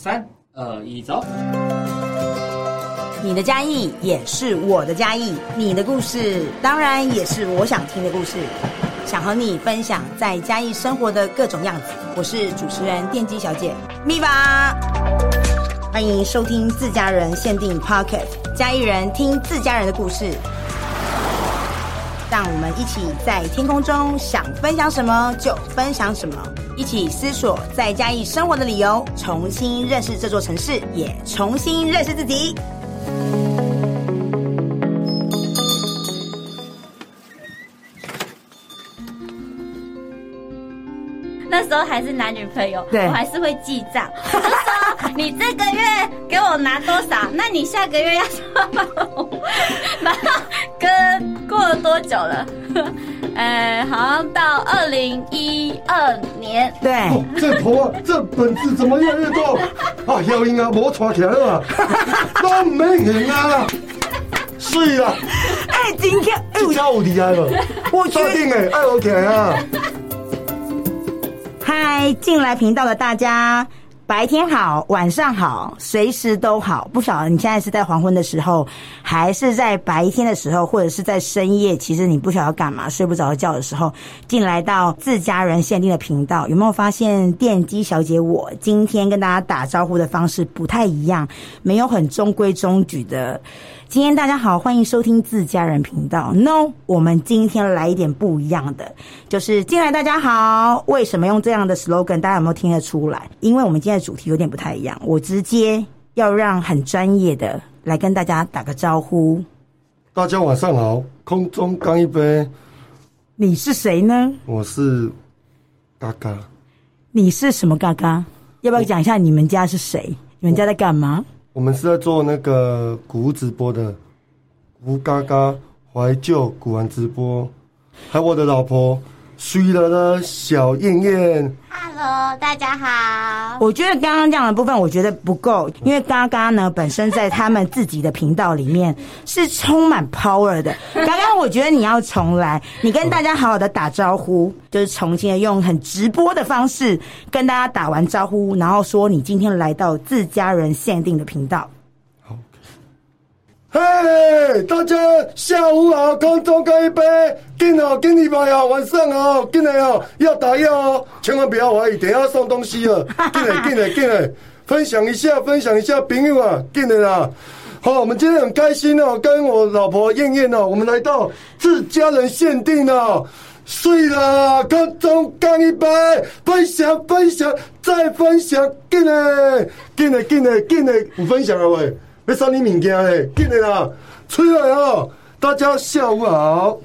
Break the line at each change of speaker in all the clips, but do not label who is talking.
三二一，走。
你的嘉义也是我的嘉义，你的故事当然也是我想听的故事，想和你分享在嘉义生活的各种样子。我是主持人电机小姐咪吧，欢迎收听自家人限定 Pocket，嘉义人听自家人的故事，让我们一起在天空中想分享什么就分享什么，一起思索在嘉义生活的理由，重新认识这座城市，也重新认识自己。
那时候还是男女朋友，
对
我还是会记账，我就说你这个月给我拿多 少，那你下个月要什么？然后跟过了多久了？ 呃，好像到二零一二年，
对，
哦，这头啊，这本子怎么越来越多？啊，妖精啊，我抓起来了啊， 都没赢啊，水啊，
哎，今天哎，
这家有厉害了，
我觉
确
得
定哎，爱我起来啊，
嗨，进来频道的大家，白天好，晚上好，随时都好。不晓得你现在是在黄昏的时候，还是在白天的时候，或者是在深夜，其实你不晓得干嘛，睡不着觉的时候，进来到自家人限定的频道，有没有发现电机小姐我今天跟大家打招呼的方式不太一样，没有很中规中矩的。今天大家好，欢迎收听自家人频道。No，我们今天来一点不一样的，就是进来大家好。为什么用这样的 slogan？大家有没有听得出来？因为我们今天的主题有点不太一样，我直接要让很专业的来跟大家打个招呼。
大家晚上好，空中干一杯，
你是谁呢？
我是嘎嘎，
你是什么嘎嘎？要不要讲一下你们家是谁？你们家在干嘛？
我们是在做那个古直播的，古嘎嘎怀旧古玩直播，还有我的老婆虚了的小燕燕。
Hello，大家好。
我觉得刚刚这样的部分，我觉得不够，因为嘎嘎呢本身在他们自己的频道里面是充满 power 的。刚刚我觉得你要重来，你跟大家好好的打招呼，就是重新的用很直播的方式跟大家打完招呼，然后说你今天来到自家人限定的频道。
嘿，大家下午好，空中干一杯，敬哦，敬你们哦，晚上哦，敬来哦，要打药哦，千万不要怀疑，等一下要送东西了，敬来敬来敬来，分享一下，分享一下，朋友啊，敬来啦。好，我们今天很开心哦，跟我老婆燕燕哦，我们来到自家人限定哦，睡啦，空中干一杯，分享分享再分享，进来进来进来进来，有分享啊喂，要送你物件嘞，进来啦，啊出来哦，大家下午好。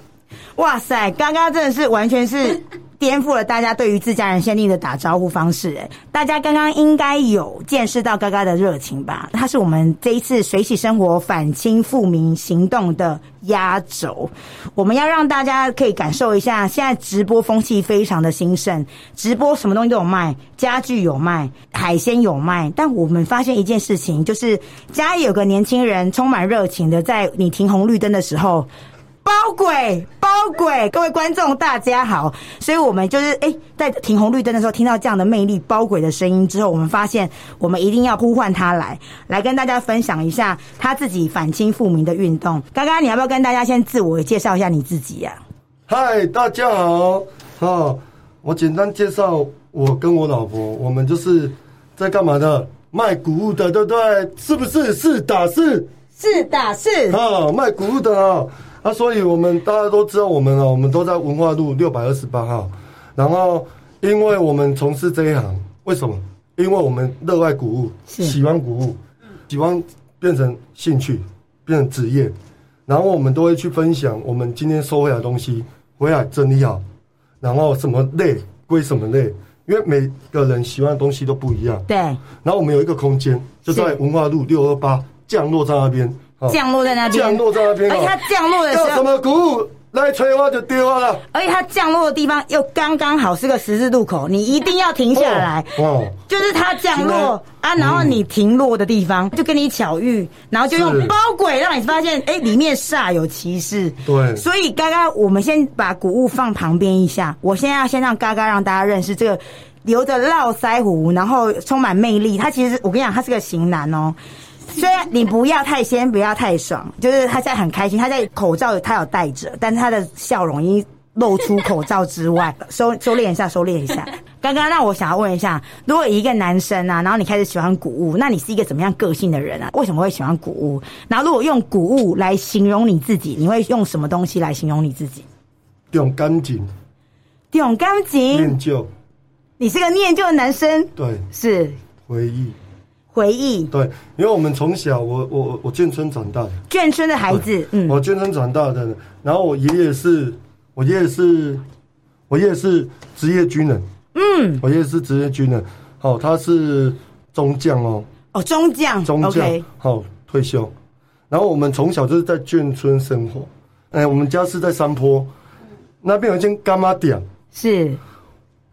哇塞，刚刚真的是完全是颠覆了大家对于自家人限定的打招呼方式。哎，大家刚刚应该有见识到嘎嘎的热情吧？他是我们这一次水洗生活反清复明行动的压轴。我们要让大家可以感受一下，现在直播风气非常的兴盛，直播什么东西都有卖，家具有卖，海鲜有卖。但我们发现一件事情，就是家里有个年轻人充满热情的，在你停红绿灯的时候。包鬼，包鬼！各位观众，大家好。所以，我们就是哎、在停红绿灯的时候，听到这样的魅力包鬼的声音之后，我们发现我们一定要呼唤他来，来跟大家分享一下他自己反清复明的运动。刚刚你要不要跟大家先自我介绍一下你自己啊呀、
嗨，大家好，哦，我简单介绍我跟我老婆，我们就是在干嘛的？卖谷物的，对不对？是不是？是打是。
是的，是
啊，卖谷物的啊，啊，所以我们大家都知道我们哦，我们都在文化路六百二十八号。然后，因为我们从事这一行，为什么？因为我们热爱古物，
是
喜欢古物，喜欢变成兴趣，变成职业。然后我们都会去分享我们今天收回来的东西，回来整理好，然后什么类归什么类，因为每个人喜欢的东西都不一样。
对，
然后我们有一个空间，就在
是
文化路六二八降落在那边。哦
降落在那边，
降落在那边、哦，
而且它降落的时
要什
候，
么鼓舞来吹我就丢啊我了。
而且它降落的地方又刚刚好是个十字路口，你一定要停下来。
哦，
就是它降落啊，然后你停落的地方就跟你巧遇，然后就用
嗯是
包鬼让你发现，哎，里面煞有其事。
对
所以刚刚我们先把谷物放旁边一下，我现在要先让嘎嘎让大家认识这个留着络腮胡，然后充满魅力。他其实我跟你讲，他是个型男哦。虽然你不要太仙，不要太爽，就是他现在很开心，他在口罩他有戴着，但是他的笑容已经露出口罩之外，收收敛一下，收敛一下。刚刚那我想要问一下，如果一个男生啊，然后你开始喜欢古物，那你是一个怎么样个性的人啊？为什么会喜欢古物？然后如果用古物来形容你自己，你会用什么东西来形容你自己？
重感情，
种感情，
念旧，
你是个念旧的男生，
对，
是
回忆，
回忆
对，因为我们从小，我我我我眷村长大的，
眷村的孩子，嗯，
我眷村长大的，然后我爷爷是，我爷爷是，我爷爷是职业军人，嗯，我爷爷是职业军人，好、他是中将哦，
哦，中将，
中
o
将
k
好、退休。然后我们从小就是在眷村生活，哎，我们家是在山坡，那边有一间干妈店，
是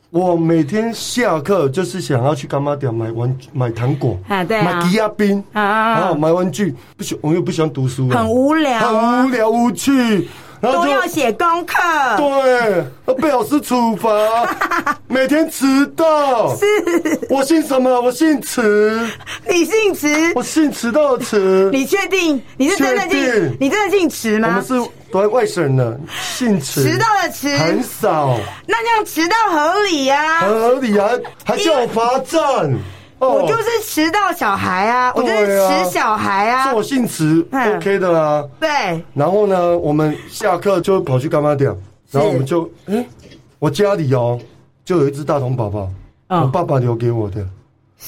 我每天下课就是想要去干妈店买玩买糖果
啊对啊
买吉亚冰
啊啊
然
啊
后买玩具，不喜我又不喜欢读书啊，
很无聊啊
很无聊无趣，然后
都
哦就
要写功课，
对，要被老师处 罚，每天迟到，
是
我姓什么？我姓迟，
你姓迟，
我姓迟到的迟，
你确定？你是真的
确
姓
定？
你真的姓迟
我
吗
们？是对外省人，姓迟，
迟到的迟，
很少，
那这样迟到合理啊！
很合理啊，还叫我罚站。哦
我就是迟到小孩啊，我
对
就
啊
是迟小孩啊
说，我姓迟
嗯
，OK 的啦。
对，
然后呢，我们下课就跑去干妈店，然后我们就，哎、我家里哦，就有一只大童宝宝，
嗯
我爸爸留给我的，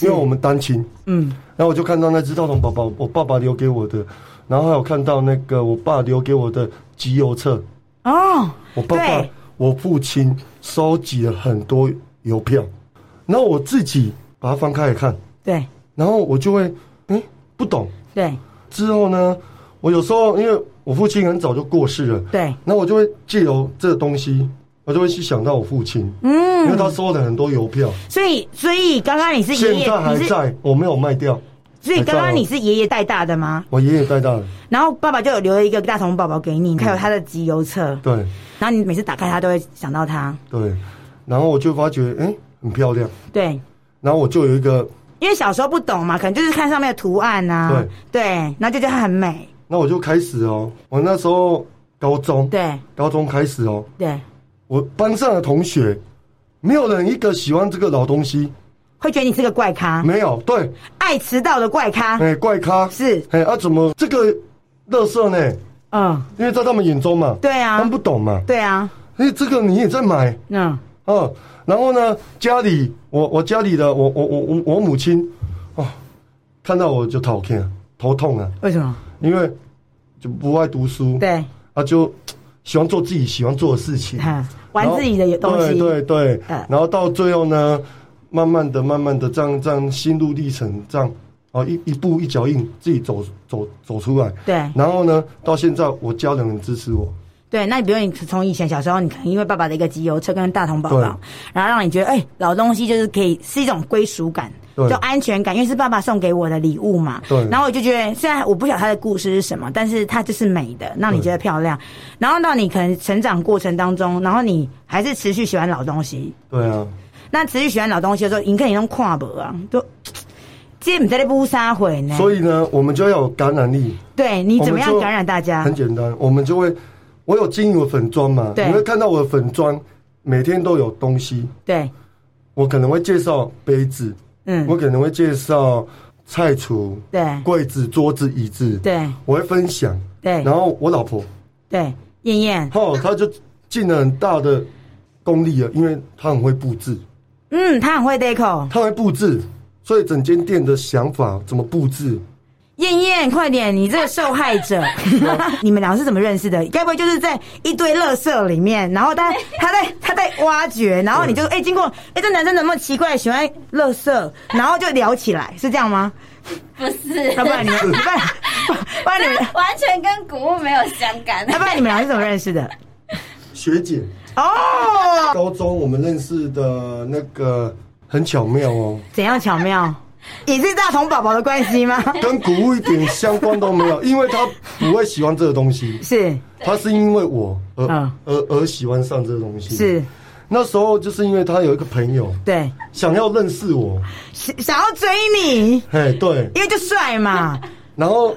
因为我们单亲。
嗯，
然后我就看到那只大童宝宝，我爸爸留给我的，然后还有看到那个我爸留给我的集邮册，
哦，
我爸爸
对，
我父亲收集了很多邮票，然后我自己把它翻开来看，
对，
然后我就会，哎、不懂。
对，
之后呢，我有时候因为我父亲很早就过世了，
对，
那我就会借由这个东西，我就会去想到我父亲，嗯，因为他收了很多邮票，
所以，所以刚刚你是爷
现在
爷，
还
你是，
在，我没有卖掉，
所以刚
还在
刚
哦
你是爷爷带大的吗？
我爷爷带大的，
然后爸爸就有留了一个大童宝宝给
嗯
你，还有他的集邮册，
对
然后你每次打开它都会想到他，
对，然后我就发觉，哎、很漂亮，
对。
然后我就有一个，
因为小时候不懂嘛，可能就是看上面的图案啊，对，然后就觉得它很美，
那我就开始哦，我那时候高中，
对
高中开始哦，
对，
我班上的同学，没有人一个喜欢这个老东西，
会觉得你是个怪咖，
没有，对，
爱迟到的怪咖，
哎、怪咖
啊是
哎、啊，怎么这个乐色呢？
嗯，
因为在他们眼中嘛，
对啊
他们不懂嘛，
对啊，
因为这个你也在买
嗯，
啊。然后呢，家里我我家里的我我我我我母亲啊，看到我就头痛头痛啊，
为什么？
因为就不爱读书，
对，
啊就喜欢做自己喜欢做的事情，
哈，玩自己的东西，
嗯哦对对对
嗯，
然后到最后呢，慢慢的、慢慢的这样、这样心路历程，这样哦，一一步一脚印，自己走走走出来。
对
然后呢，到现在我家人很支持我，
对，那你比如你从以前小时候，你可能因为爸爸的一个集邮册跟大同宝宝，然后让你觉得，哎、老东西就是可以是一种归属感，
对
就安全感，因为是爸爸送给我的礼物嘛。
对
然后我就觉得，虽然我不晓得它的故事是什么，但是它就是美的，让你觉得漂亮。然后到你可能成长过程当中，然后你还是持续喜欢老东西。
对啊，
那持续喜欢老东西的时候，你可能用跨博啊，就这你在那不撒毁呢？
所以呢，我们就要有感染力，
对你怎么
我
样
们就
感染大家
很？简单，我们就会，我有经营我粉砖嘛，
对
你会看到我的粉砖每天都有东西，
对，
我可能会介绍杯子，我
嗯，
可能会介绍菜橱、
对
柜子、桌子、椅子，
对
我会分享，
对
然后我老婆。
对，燕燕，
后他就尽了很大的功力了，因为他很会布置，
嗯，他很会 deco。
他会布置，所以整间店的想法怎么布置，
燕燕，快点！你这个受害 者， 你们俩是怎么认识的？该不会就是在一堆垃圾里面，然后 他他在他在挖掘，然后你就哎、经过哎、这男生怎么那么奇怪，喜欢垃圾，然后就聊起来，是这样吗？啊
不是，
要不然你 们，不然不然你们，啊
完全跟古物没有相 干。
要不然你们俩是怎么认识的？
学姐，
哦，
高中我们认识的那个很巧妙哦，
怎样巧 妙？也是大同宝宝的关系吗？
跟古物一点相关都没有，因为他不会喜欢这个东西，
是
他是因为我而、
嗯
而而喜欢上这个东西。
是，
那时候就是因为他有一个朋友
对，
想要认识我，
想想要追你，
哎，对，
因为就帅嘛。
然后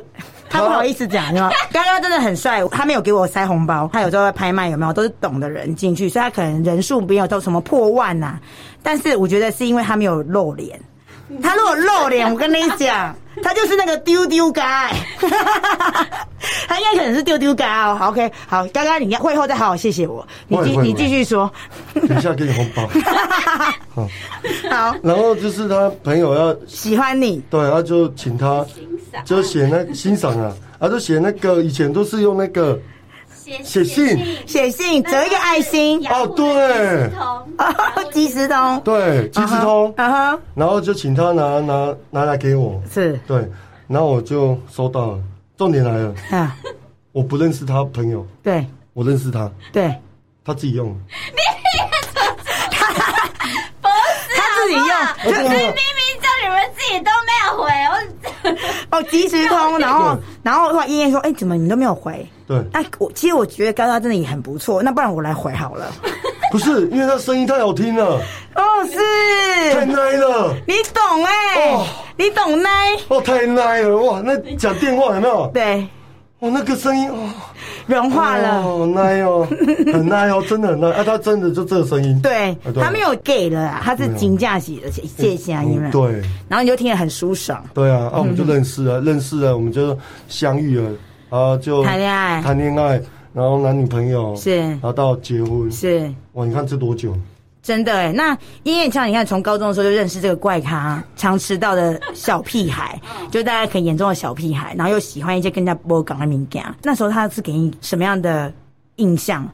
他不好意思讲，是吧？刚刚真的很帅，他没有给我塞红包，他有时候在拍卖有没有，都是懂的人进去，所以他可能人数没有到什么破万呐、但是我觉得是因为他没有露脸，他如果露脸，我跟你讲，他就是那个丢丢 guy，他应该可能是丢丢 guy 哦。好 OK，好，刚刚你会后再好好谢谢我，你
会
继
会
你继续说，
等一下给你红包。好，
好，
然后就是他朋友要
喜欢你，
对，他就请他
赏
就写 那欣赏啊，他就写那个以前都是用那个
写
写信
写信哦折一个爱 心，
哦对
即时通，
对即时通，
啊哈，
然后就请他拿拿拿来给我，
是
对，然后我就收到了。重点来了，
啊，
我不认识他朋友，
对
我认识他，
对。
他自己用的。
他自己
我
用
真
就
的
明明叫你们自己都没有回，我
哦，即时通，然后然后的话，燕燕说：“哎、怎么你都没有回
对？”，
那我其实我觉得高高真的也很不错，那不然我来回好 了。
不是因为他声音太好听了，
哦，
太
是，
奶了，
你懂哎、
哦
你懂呢？
哦，太奶了，哇，那讲电话有没有？
对，
哇，那个声音哦，
融化了。
哦，奶哦，很奶哦，真的很奶啊，他真的就这个声音，
对
啊，
他没有 gay 了啦，他是金价级的谢谢啊，
嗯
因为
对，
然后你就听得很舒爽，
对啊，啊，我们就认识了，认识了，我们就相遇了，啊，就
谈恋爱
谈恋爱，然后男女朋友
是
然后到结婚，
是
哇，你看这多久？
真的哎、那因为像你看，从高中的时候就认识这个怪咖，常迟到的小屁孩，就大家可能眼中的小屁孩，然后又喜欢一些更加不港的敏感。那时候他是给你什么样的印象？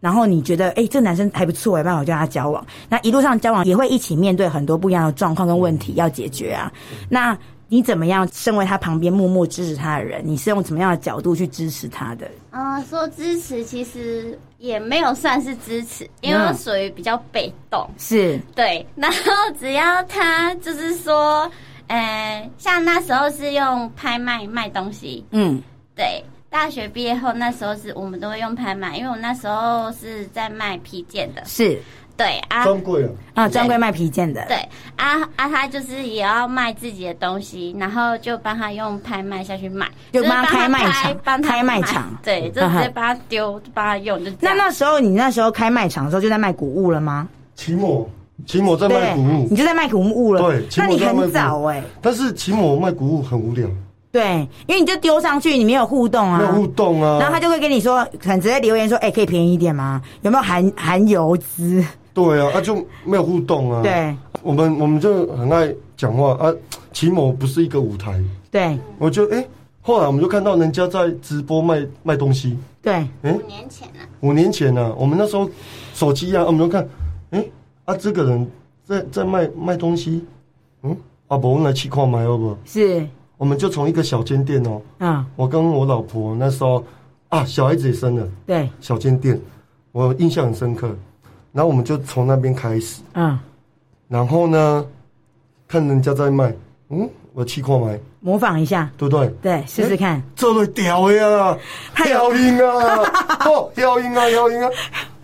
然后你觉得，哎、这男生还不错，有办法跟他交往。那一路上交往也会一起面对很多不一样的状况跟问题要解决啊。那你怎么样？身为他旁边默默支持他的人，你是用怎么样的角度去支持他的？
嗯，说支持其实也没有算是支持，因为
嗯
属于比较被动。
是
对，然后只要他就是说，呃，像那时候是用拍卖卖东西，
嗯，
对。大学毕业后，那时候是我们都会用拍卖，因为我那时候是在卖皮件的，
是
对啊，
专柜啊，
啊，专柜卖皮件的，
对啊啊，他就是也要卖自己的东西，然后就帮他用拍卖下去卖，
就是帮他
帮
开卖场
拍帮他
开卖
卖
场
对，就
嗯
直
哼
接帮他丢，帮他用，就这
那
啊
样
那时候你那时候开卖场的时候就在卖谷物了吗？
奇摩，奇摩在卖古物
你，就在卖谷物了。
对，奇
那
摩
你
在卖
很
古
早
物
哎、
但是奇摩卖古物很无聊，
对，因为你就丢上去，你没有互动
没有
啊。
互动啊，
然后他就会跟你说，可能直接留言说，哎、可以便宜一点吗？有没有含含油脂？
对啊，啊就没有互动啊，
对
我们我们就很爱讲话啊。奇摩不是一个舞台，
对
我就哎、后来我们就看到人家在直播卖卖东西。
对，
哎、
五年前啊，
五年前呢、啊，我们那时候手机啊，我们就看，哎、啊这个人在在卖卖东西，嗯，啊不，我们来去看买好不好？
是
我们就从一个小间店哦，
嗯，
我跟我老婆那时候啊小孩子也生了，
对
小间店，我印象很深刻。然后我们就从那边开始，
嗯，
然后呢，看人家在卖，嗯，我去看买，
模仿一下，
对不对？
对，试试看。
做对调的啊，调音 啊，哦，调音啊，调音啊，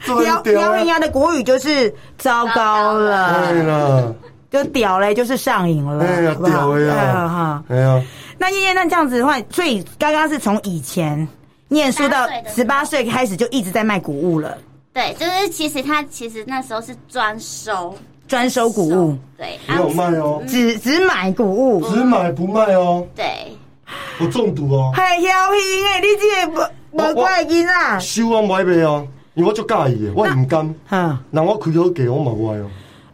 做对
撩
调
撩人
啊，
家的国语就是糟糕
哎
了，
啦，
就屌嘞，就是上瘾了，
哎呀，
好不好？
屌
嗯哈
呀，哎呀，
那燕燕，那这样子的话，所以刚刚是从以前念书到十八岁开始就一直在卖谷物了，
对，就是其实他其实那时候是专收
专收谷物
收，对，啊
没有卖哦，
只只买谷物。
只买不卖哦，
对，
不中毒哦，
很小心诶，你这个无无怪囡啊！
收啊买卖哦，因为我就介意的，我唔甘，
嗯，
人我开好价我嘛不爱哦，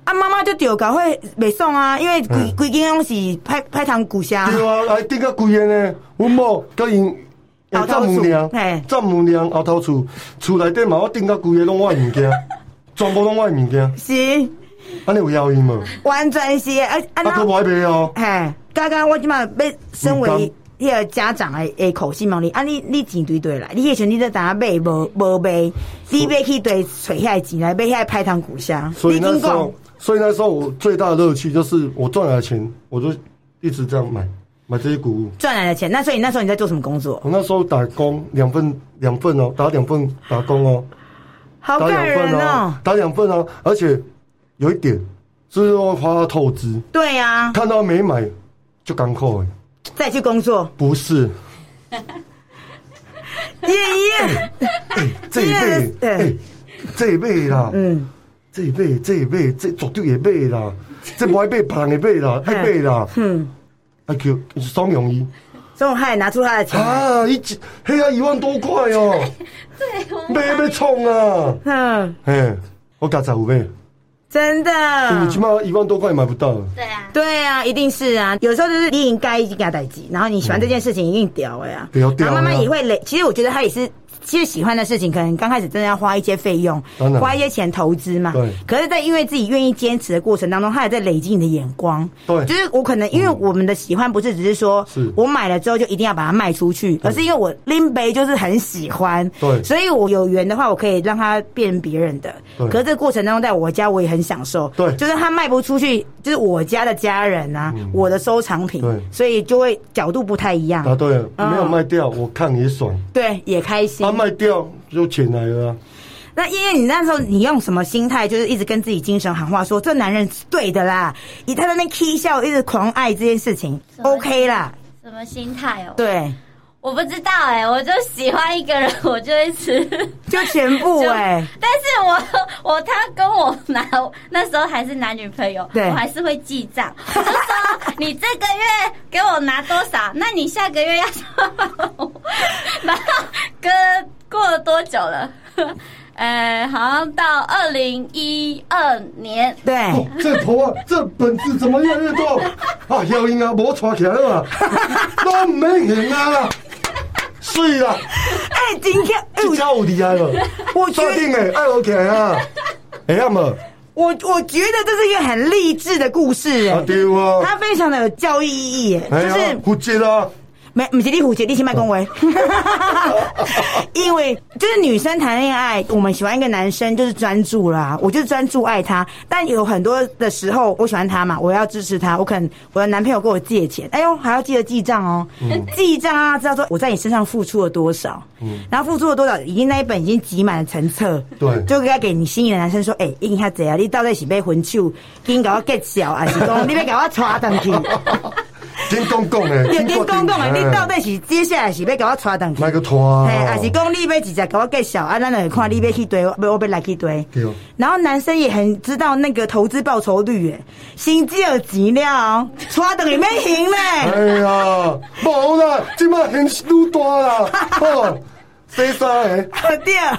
啊妈妈就丢搞会袂爽啊，因为规
嗯
规间拢是派派糖骨虾，
对啊，来顶个贵个呢，阮某甲因。
后头厝
丈母娘
嘿，
丈母娘后头厝，厝内底嘛，我顶到规个拢我的物 件，全部拢我的物件，
是
安尼有效应无？
完全是的啊啊
啊，
那
佫买卖哦，
嘿，刚刚我即嘛要身
嗯
为迄个家长的的口气嘛，你啊你你钱对对来，你迄时候你在哪买无无买，你买去对揣遐钱来买遐派糖股香，
所以
你
那
听
时
讲
候，所以那时候我最大的乐趣就是我赚来的钱，我就一直这样买买这些谷物。
赚来的钱，那所以那时候你在做什么工作？
我那时候打工两份两份哦，打两份打工哦，
好
打
感
两份
人
啊
哦，
打两份啊，而且有一点是要怕透支，
对呀、
看到没买就赶快，
再去工作，
不是
耶耶，
这一辈，
对
哎，这一辈啦，
嗯，
这一辈，这一辈，这绝对会买啦，这不爱买，旁的买啦，爱买啦，
嗯，
啊叫双容易
所以我还拿出他的钱，
啊，一千，嘿啊一万多块哦，
对，我
买要冲啊，
嗯，
嘿，我加十五倍，
真
你
的。
起码一万多块买不到，
对啊，
对啊，一定是啊。有时候就是你应该一定给他代然后你喜欢这件事情一定屌了呀。
对要嗯屌
然后慢慢
了
也会累。其实我觉得他也是，其实喜欢的事情，可能刚开始真的要花一些费用
当，然
花一些钱投资嘛。
对
可是，在因为自己愿意坚持的过程当中，他也在累积你的眼光。
对
就是我可能因为我们的喜欢不是只是说
是
我买了之后就一定要把它卖出去，而是因为我拎杯就是很喜欢。
对
所以我有缘的话，我可以让它变别人的。
对
可是这个过程当中，在我家我也很享受。
对嗯
就是他卖不出去，就是我家的家人啊，我的收藏品
对，
所以就会角度不太一样。
答对了，
嗯
没有卖掉，我看也爽，
对，也开心。
啊卖掉就钱来了啊，
那燕燕，你那时候你用什么心态？就是一直跟自己精神喊话说，这男人是对的啦，以他在那边 k 笑，一直狂爱这件事情
什么
，OK 啦。
什么心态哦？
对，
我不知道哎、我就喜欢一个人，我就一直
就全部
就
哎、
但是我我他跟我拿那时候还是男女朋友，
对
我还是会记账， 我就说你这个月给我拿多少，那你下个月要多少，然后跟过了多久了？ 呃，好像到二零一二年，
对。哎
哦这婆啊，这本子怎么越来越多啊？要因啊，无带起 来了嘛，都唔免用啊啦，水啦，
哎、今天哎、
这家有厉害了，
我觉
确
得
定诶，爱我起来啊，会晓无？
我我觉得这是一个很励志的故事哎、
啊对啊，
它非常的有教育意义，
哎
就
呀
是
负责啊，
没不是你虎姐，你先卖恭维， 因为就是女生谈恋爱，我们喜欢一个男生就是专注啦，我就是专注爱他。但有很多的时候，我喜欢他嘛，我要支持他，我可能我的男朋友跟我借钱，哎呦还要记得记账哦，记账啊，知道说我在你身上付出了多少，然后付出了多少，已经那一本已经挤满了成册，
对
就该给你心仪的男生说，哎、欸，你看怎样，你到底是被魂手，紧给我 get 小，还是讲你要给我抓上去？
真公公诶，
有
真
跟公公的，
定
你
哎
到底是接下来是要给我带动去
卖？个拖啊
嘿，，还是讲你要直接给我介绍啊？咱就会看你要去对，不我要来去对。
对哦
然后男生也很知道那个投资报酬率，耶，心机有钱 了，带动里面行嘞。
哎呀，无啦，即摆现实愈大啦，哦，第三个，
对，啊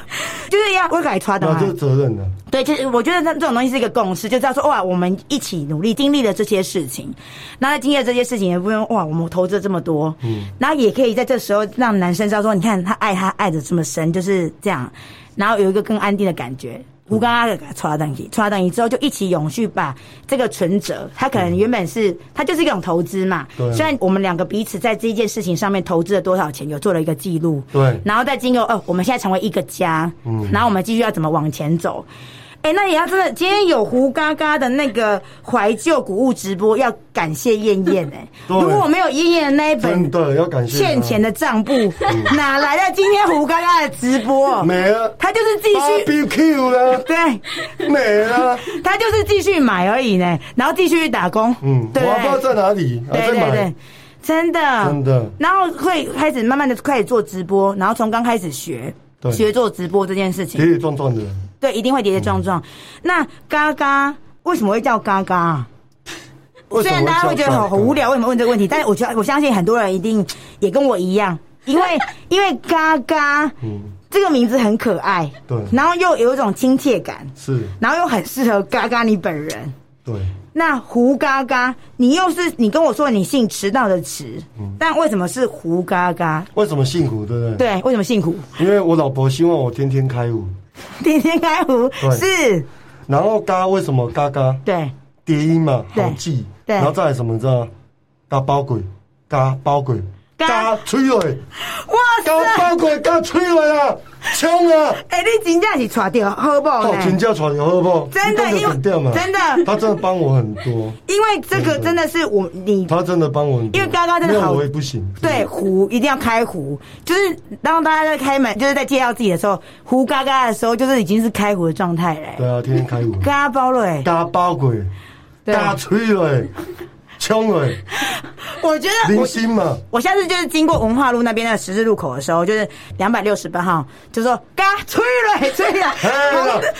就是要我给他带动
哎
啊
那就。责任了。
对，就是我觉得这这种东西是一个共识，就知道说哇，我们一起努力，经历了这些事情，那在经历了这些事情也不用哇，我们投资了这么多，嗯，然后也可以在这时候让男生知道说，你看他爱他爱的这么深，就是这样，然后有一个更安定的感觉。我刚刚给他抓上去，抓上去之后就一起永续把这个存折，他可能原本是他就是一种投资嘛，
对
虽然我们两个彼此在这一件事情上面投资了多少钱，有做了一个记录，
对
然后再经过哦，我们现在成为一个家，嗯，然后我们继续要怎么往前走？哎，那也要真的，今天有胡嘎嘎的那个怀旧古物直播，要感谢燕燕哎、
对
如果没有燕燕的那一
真
本
的嗯要感谢他
欠钱的账簿，哪来的今天胡嘎嘎的直播？
没啊
他就是继续
，BBQ 啦，
对，
没啦，
他就是继续买而已呢，然后继续去打工，
嗯，我
对不
还不知道在哪里，还
对
在
对对
买，，
真的
真的
然后会开始慢慢的开始做直播，然后从刚开始学
对
学做直播这件事
跌
情，
跌撞撞的，
对，一定会跌跌撞撞。那嘎嘎为什么会叫嘎嘎啊？
为
虽
什
然
么
大家会觉得
这样
很很无聊，为什么问这个问题？但是我觉得我相信很多人一定也跟我一样，因 为因为嘎嘎
嗯，
这个名字很可爱，
对
然后又有一种亲切感，
是
然后又很适合嘎嘎你本人。
对，
那胡嘎嘎，你又是你跟我说你姓迟到的迟，但为什么是胡嘎嘎？
为什么辛苦，对不对？
对，为什么姓胡？
因为我老婆希望我天天开舞，
天天开胡
对
是，
然后嘎为什么嘎嘎
对，
叠音嘛，
对
好记，
对
然后再来什么你知道吗？嘎包鬼，嘎包鬼，
嘎
吹尾，
哇啊
到包过到吹话啦，冲啊！
哎、你真正是抓掉好不好
到
呢？
请教传好不好？
真的
你
因为
懂得很
真的
他真的帮我很多，
因为这个真的是我你
他真的帮我很多。
因为刚刚真的
没有
好
我也不行。
对壶一定要开壶，就是当大家在开门，就是在介绍自己的时候，壶嘎嘎的时候，就是已经是开壶的状态了、欸。
对啊，天天开舞，
嘎包了、欸，
大包过，
对
大吹了，冲了，
我觉得
零
我
星嘛，
我下次就是经过文化路那边的十字路口的时候，就是两百六十八号，就说嘎催了催了，
哎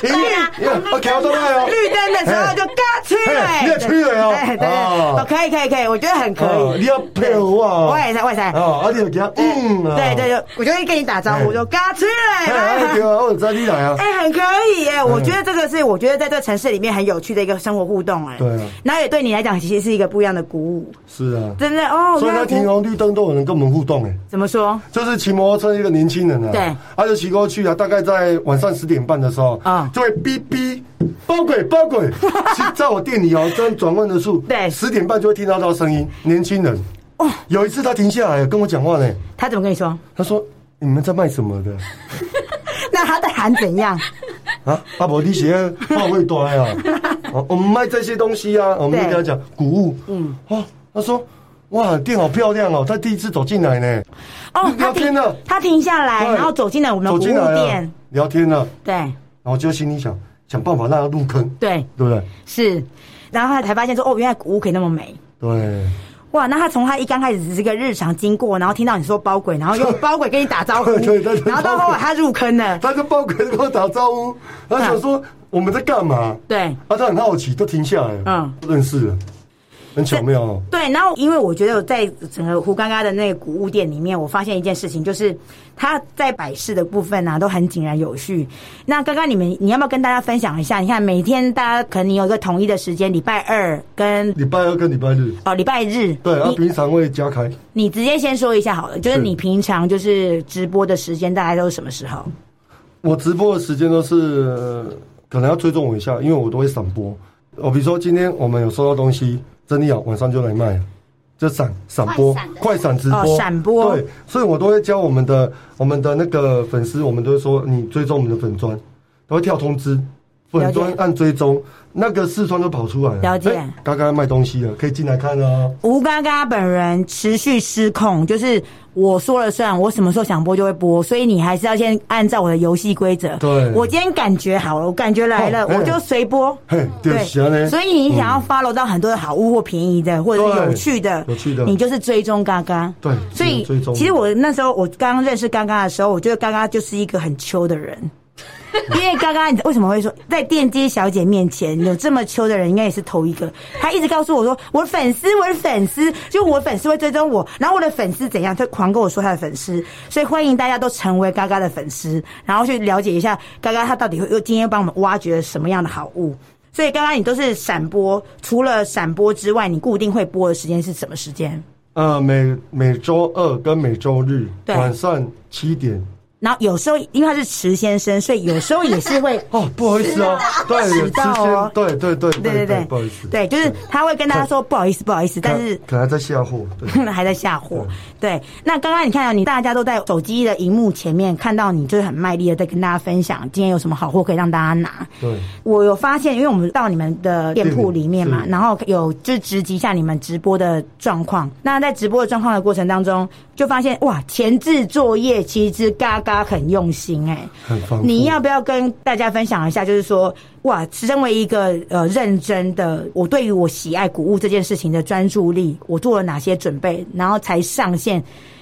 红
一
对啊，
我调到那哦，
绿灯的时候就嘎催了，
嘿你也催了哦
对对对，
哦
哦可以可以可以，我觉得很可
哦
以，
你要配合我哦
我也在，我也在。
哦，啊，你就讲嗯啊，
对对对，我就会跟你打招呼，
哎
就嘎催
嘿，
了，
哎对啊，我知道你来啊，
哎、很可以耶！我觉得这个是我觉得在这城市里面很有趣的一个生活互动哎。
对啊
然后也对你来讲，其实是一个不一样的鼓舞，
是啊，
真的哦。
所以
原来
他
鼓
停红绿灯都有人跟我们互动哎。
怎么说？
就是骑摩托车一个年轻人啊，
对
他就骑过去啊，大概在晚上十点半的时候，
啊
啊，就会哔哔，包鬼包 鬼，是在我店里哦，这样转弯的数，
对哦
十点半就会听到他声音，年轻人，
哇
有一次他停下来跟我讲话呢，
他怎么跟你说？
他说你们在卖什么的？
那他在喊怎样？
啊，阿伯，你写话会多呀？ 哦我们卖这些东西啊，我们就跟他讲谷物。嗯，哦，他说，哇，店好漂亮哦，他第一次走进来呢，
哦，他
聊天
停
了，
他停下来，
对
哎然后走进了我们的
走
服
进
务
来啊了
店。，
聊天了，
对
然后就心里想，想办法让他入坑，
对
对不对？
是，然后他才发现说，哦，原来鼓舞可以那么美。
对，
哇，那他从他一刚开始只是个日常经过，然后听到你说包鬼，然后 用包鬼跟你打招呼
对对对，对
然后到后
包鬼
来他入坑了，
他就抱跟跟我打招呼，他想说我们在干嘛？
对。
啊，他很好奇，都停下来了，
嗯
嗯，认识了，很巧妙哦。
对，然后因为我觉得我在整个胡刚刚的那个古物店里面，我发现一件事情，就是它在摆饰的部分啊，都很井然有序。那刚刚你们，你要不要跟大家分享一下？你看每天大家可能你有一个统一的时间，礼拜二跟
礼拜二跟礼拜日，
哦礼拜日，
对，啊，
你
平常会加开。
你直接先说一下好了，就是
是
你平常就是直播的时间大概都是什么时候？
我直播的时间都是呃可能要追踪我一下，因为我都会闪播。我比如说今天我们有收到东西，真的好，晚上就来卖，就闪闪播
快闪的、
快闪直
哦
播、
闪播
对，所以我都会教我们的我们的那个粉丝，我们都会说你追踪我们的粉砖，都会跳通知，粉砖
了解
按追踪，那个视窗就跑出来了。
了解
哎刚刚卖东西了，可以进来看哦。
吴嘎嘎本人持续失控，就是我说了算，我什么时候想播就会播，所以你还是要先按照我的游戏规则。
对
我今天感觉好了，我感觉来了，
哦哎
我就随播。
嘿，对，行呢。嗯
所以你想要 follow 到很多的好物或便宜的，或者是
对
有趣的，
有趣的
你就是追踪嘎嘎。
对，
所以
追踪。
其实我那时候我刚认识嘎嘎的时候，我觉得嘎嘎就是一个很秋的人。 因为嘎嘎，你为什么会说在电街小姐面前有这么秋的人，应该也是头一个。他一直告诉我说，我粉丝，我的粉丝，就我粉丝会追踪我，然后我的粉丝怎样，他狂跟我说他的粉丝。所以欢迎大家都成为嘎嘎的粉丝，然后去了解一下嘎嘎他到底会又今天帮我们挖掘了什么样的好物。所以刚刚你都是闪播，除了闪播之外，你固定会播的时间是什么时间？
呃，每每周二跟每周日
对
晚上七点
然后有时候因为他是池先生，所以有时候也是会。
哦，不好意思哦，对，有
迟到
之
哦
前，对对对
对对
对
对，
不好意思，
对，就是他会跟大家说不好意思，不好意思，
可，
但是
可能还在下货，对
还在下货。对，那刚刚你看到你大家都在手机的荧幕前面看到你，就是很卖力的在跟大家分享今天有什么好货可以让大家拿。
对，
我有发现，因为我们到你们的店铺里面嘛，
是
然后有就直击一下你们直播的状况。那在直播的状况的过程当中，就发现哇，前置作业其实嘎嘎很用心哎、
很方便。
你要不要跟大家分享一下？就是说，哇，身为一个呃认真的，我对于我喜爱古物这件事情的专注力，我做了哪些准备，然后才上线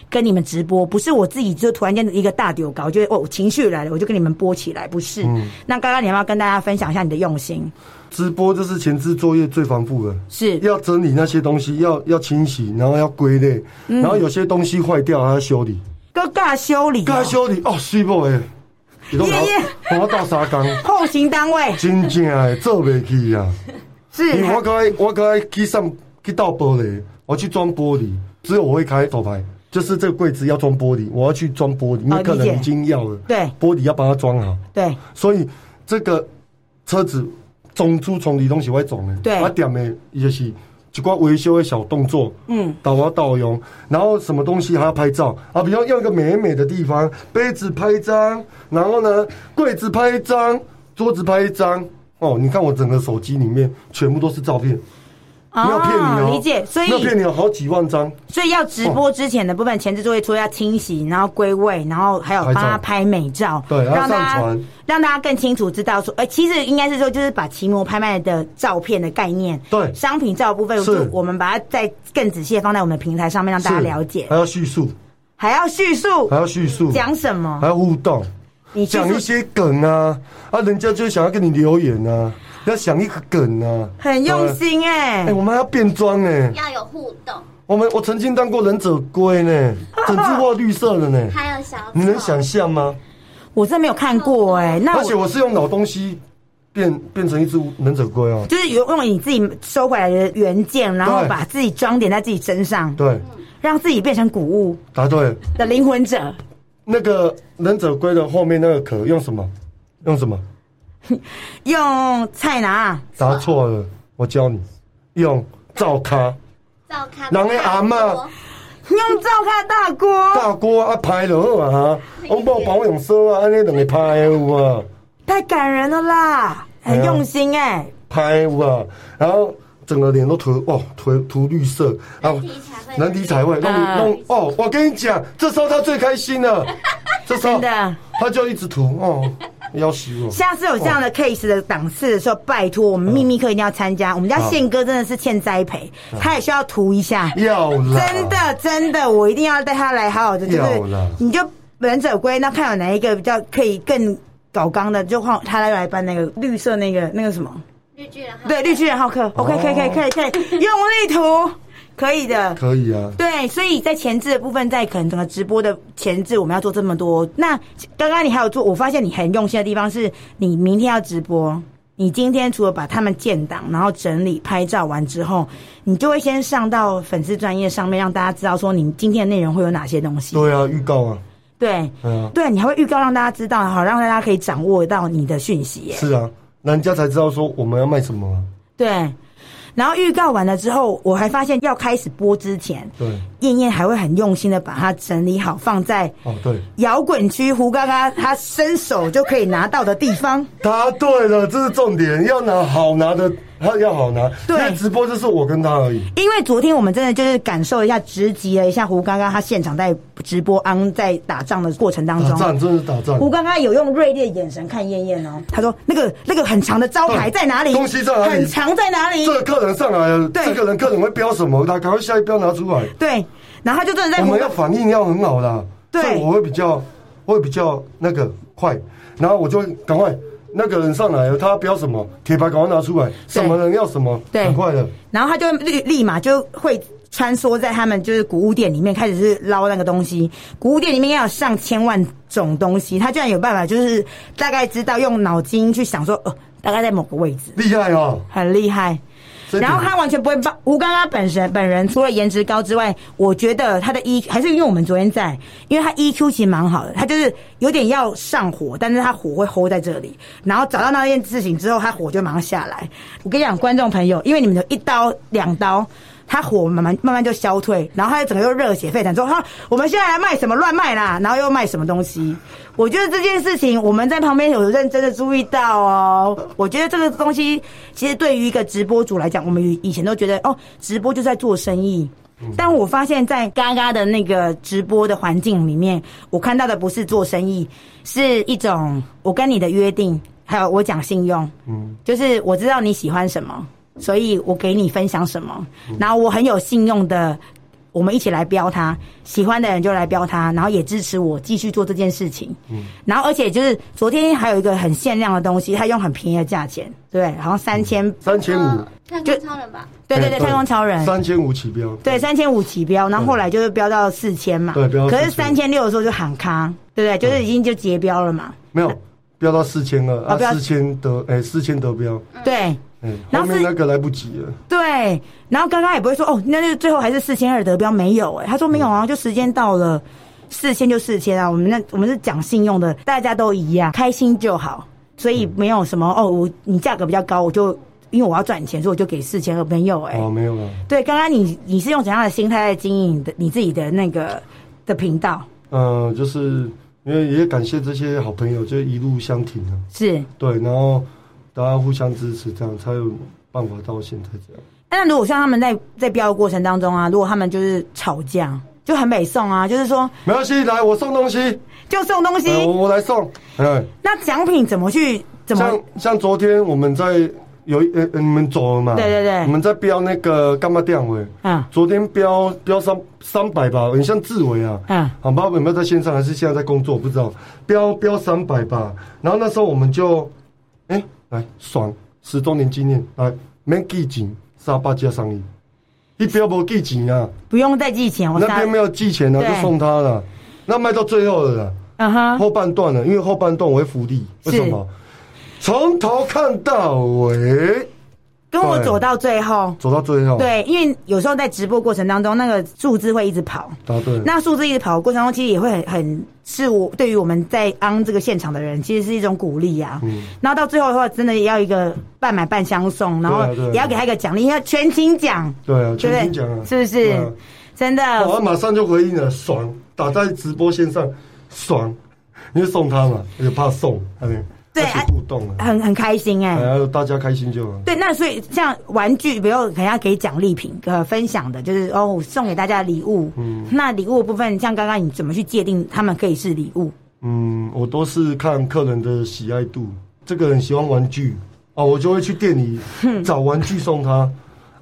跟你们直播？不是我自己就突然间一个大丢稿，就是哦我情绪来了，我就跟你们播起来，不是？那刚刚你要不要跟大家分享一下你的用心？
直播就是前置作业最繁复的，
是
要整理那些东西，要要清洗，然后要归类，
嗯
然后有些东西坏掉还要修理，
哥尬修理、啊
该修理哦，水某哎，你都
嗯耶耶
把我倒沙缸，
后勤单位 嗯
真正的做袂起啊！
是
因为我该我该去上去倒玻璃，我去装玻璃，只有我会开头牌，就是这个柜子要装玻璃，我要去装玻璃，因
哦
为客
理解
人已经要了，
对
啊玻璃要把它装好，
对
所以这个车子总出从里东西会总的，
对
啊点的伊就是几挂维修的小动作，嗯，导啊导游，然后什么东西还要拍照啊，比方要一个美美的地方，杯子拍一张，然后呢，柜子拍一张，桌子拍一张，哦，你看我整个手机里面全部都是照片，没有骗你哦，
啊理解。所以
没有骗你哦，好几万张，
所以要直播之前的部分前置作业，除了要清洗，然后归位，然后还有帮他拍美照，
对然后
让大
上
家
传
让大家更清楚知道说，哎、其实应该是说，就是把奇摩拍卖的照片的概念，
对
商品照的部分，
是
就我们把它再更仔细的放在我们的平台上面，让大家
是
了解
还，要叙述，
还要叙述
还要叙述，
讲什么
还，要互动，
你叙
讲一
述
些梗啊，啊，人家就想要跟你留言啊，要想一个梗啊，
很用心哎、
哎、我们还要变装哎、
要有互动，
我们我曾经当过忍者龟呢，整只画绿色 的呢，
还有小
你能想象吗？
我真的没有看过哎、那
而
我
且我是用老东西变变成一只忍者龟啊，
就是有用你自己收回来的原件，然后
对
把自己装点在自己身上，
对，
让自己变成古物
答对。
的灵魂者。
那个忍者龟的后面那个壳用什么？用什么？
用菜拿，
答错了，我教你，用灶咖
照看
人的阿嬷
用照看大锅，
大锅啊拍就好啊，我们帮保养烧啊，安尼两个拍的有啊。
太感人了啦，
哎
很
呀
用心哎、
拍哇，啊然后整个脸都涂哦涂涂绿色，然后
人
人
体
体
彩
彩绘弄
啊
弄哦，我跟你讲，这时候他最开 心了，这时候
真的
他就一直涂哦，要死我。
下次有这样的 case 的档次的时候，拜托我们秘密课一定要参加。我们家宪哥真的是欠栽培，他也需要涂一下。
要啦，
真的真的，我一定要带他来好好的，就是
要啦
你就忍者龟，那看有哪一个比较可以更搞刚的，就换他来来搬那个绿色那个那个什么，
绿巨人，
对，绿巨人浩克，OK，可以可以可以可以， 用力涂，可以的。
可以啊，
对，所以在前置的部分，在可能整个直播的前置，我们要做这么多。那刚刚你还有做，我发现你很用心的地方是，你明天要直播，你今天除了把他们建档，然后整理拍照完之后，你就会先上到粉丝专业上面，让大家知道说你今天的内容会有哪些东西。
对啊，预告啊，
对，
嗯啊，
对，你还会预告让大家知道，好让大家可以掌握到你的讯息耶。
是啊，人家才知道说我们要卖什么啊，
对，然后预告完了之后，我还发现要开始播之前，
对，
燕燕还会很用心的把它整理好，放在
哦对，
摇滚区胡嘎嘎他伸手就可以拿到的地方。
答对了，这是重点，要拿好拿的，他要好拿，
对
因为直播就是我跟他而已，
因为昨天我们真的就是感受一下，直击了一下胡嘎嘎他现场在直播安在打仗的过程当
打
中。
仗真的是打仗，
胡嘎嘎有用锐利的眼神看燕燕哦，他说：“那个那个很长的招牌在哪里？
东西在哪里
很长在哪里
这？个客人上来了，
对
这个人客人会标什么？他赶快下一标拿出来。
对。”然后他就真的在
我
胡
们
嘎
要反应要很好啦，
对
所以我会比较，我会比较那个快，然后我就会赶快那个人上来了，他标什么铁牌赶快拿出来，什么人要什么，
对
很快的。
然后他就立立马就会穿梭在他们就是古物店里面，开始是捞那个东西。古物店里面应该有上千万种东西，他居然有办法，就是大概知道用脑筋去想说，哦，大概在某个位置，
厉害哦！
很厉害。
这一点
然后他完全不会帮吴刚刚本身本人，除了颜值高之外，我觉得他的 E 还是因为我们昨天在，因为他 EQ 其实蛮好的，他就是有点要上火，但是他火会 hold 在这里，然后找到那件事情之后，他火就马上下来。我跟你讲，观众朋友，因为你们有一刀两刀。他火慢慢慢慢就消退，然后他整个又热血沸腾，说：“哈，我们现在来卖什么乱卖啦，然后又卖什么东西。”我觉得这件事情我们在旁边有认真的注意到哦。我觉得这个东西其实对于一个直播主来讲，我们以前都觉得哦，直播就在做生意。但我发现，在嘎嘎的那个直播的环境里面，我看到的不是做生意，是一种我跟你的约定，还有我讲信用。嗯，就是我知道你喜欢什么，所以我给你分享什么，然后我很有信用的，我们一起来标他，喜欢的人就来标他，然后也支持我继续做这件事情。嗯，然后而且就是昨天还有一个很限量的东西，他用很便宜的价钱，对，好像三千，
三千五，
太
哎
空超人吧，
呃对嗯对对，太空超人。
三千五起标，
对，三千五起标，然后后来就是标到四千嘛。
对标到
可是三
4000
千六的时候就喊卡，对不对？就是已经就结标了嘛。
没有标到四千二，
哦标
啊，四千得，哎，四千得标，
对
哎，
然
后
后
面
是
那个来不及了，
对，然后刚刚也不会说哦，那就最后还是四千二得标没有哎、他说没有
嗯
啊，就时间到了，四千就四千啊。我们那我们是讲信用
嗯
的，大家都一样，开心就好，所以没有什么哦，我你价格比较高，我就因为我要赚钱，所以我就给四千个朋友、哎、
哦，没有了。
对，刚刚你你是用怎样的心态在经营你的你自己的那个的频道？
嗯、就是因为也感谢这些好朋友，就一路相挺啊。
是，
对，然后大家互相支持，这样才有办法到现在这样。
那如果像他们在在标的过程当中啊，如果他们就是吵架，就很北宋啊，就是说
没关系，来，我送东西，
就送东西，
来我我来送。哎，
那奖品怎么去怎么？
像像昨天我们在有一呃呃你们走了嘛？
对对对
我们在标那个干嘛店位。
嗯
昨天标标三三百吧，很像志伟啊。
嗯
好，不知道有没有在线上，还是现在在工作，不知道。标标三百吧，然后那时候我们就，哎、来爽十周年纪念，来免记钱，三八加上一，一标无记钱啊，
不用再寄钱，我
那边没有寄钱啊，
哦对
就送他了。那卖到最后了啦，
嗯哼，
后半段了，因为后半段我会福利，为什么？从头看到尾，
跟我走到最后。
走到最后，，
对，因为有时候在直播过程当中，那个数字会一直跑，
答对了。
那数字一直跑的过程中，其实也会很很是我对于我们在 on 这个现场的人，其实是一种鼓励啊。
嗯
然后到最后的话，真的也要一个半买半相送，然后
对啊对啊
也要给他一个奖励，要全勤奖，
对啊，
对
全勤
不
奖啊
对？，是不是
对啊？哦
真
我
的，
马上就回应了，爽！打在直播线上，爽！因为送他嘛，也怕送，哎，
对
而且互动啊，
很很开心哎、
然后大家开心就好。
对，那所以像玩具，比如可能要给奖励品，呃，分享的就是哦，送给大家的礼物。嗯，那礼物的部分，像刚刚你怎么去界定他们可以是礼物？
嗯，我都是看客人的喜爱度，这个人喜欢玩具啊，我就会去店里找玩具送他。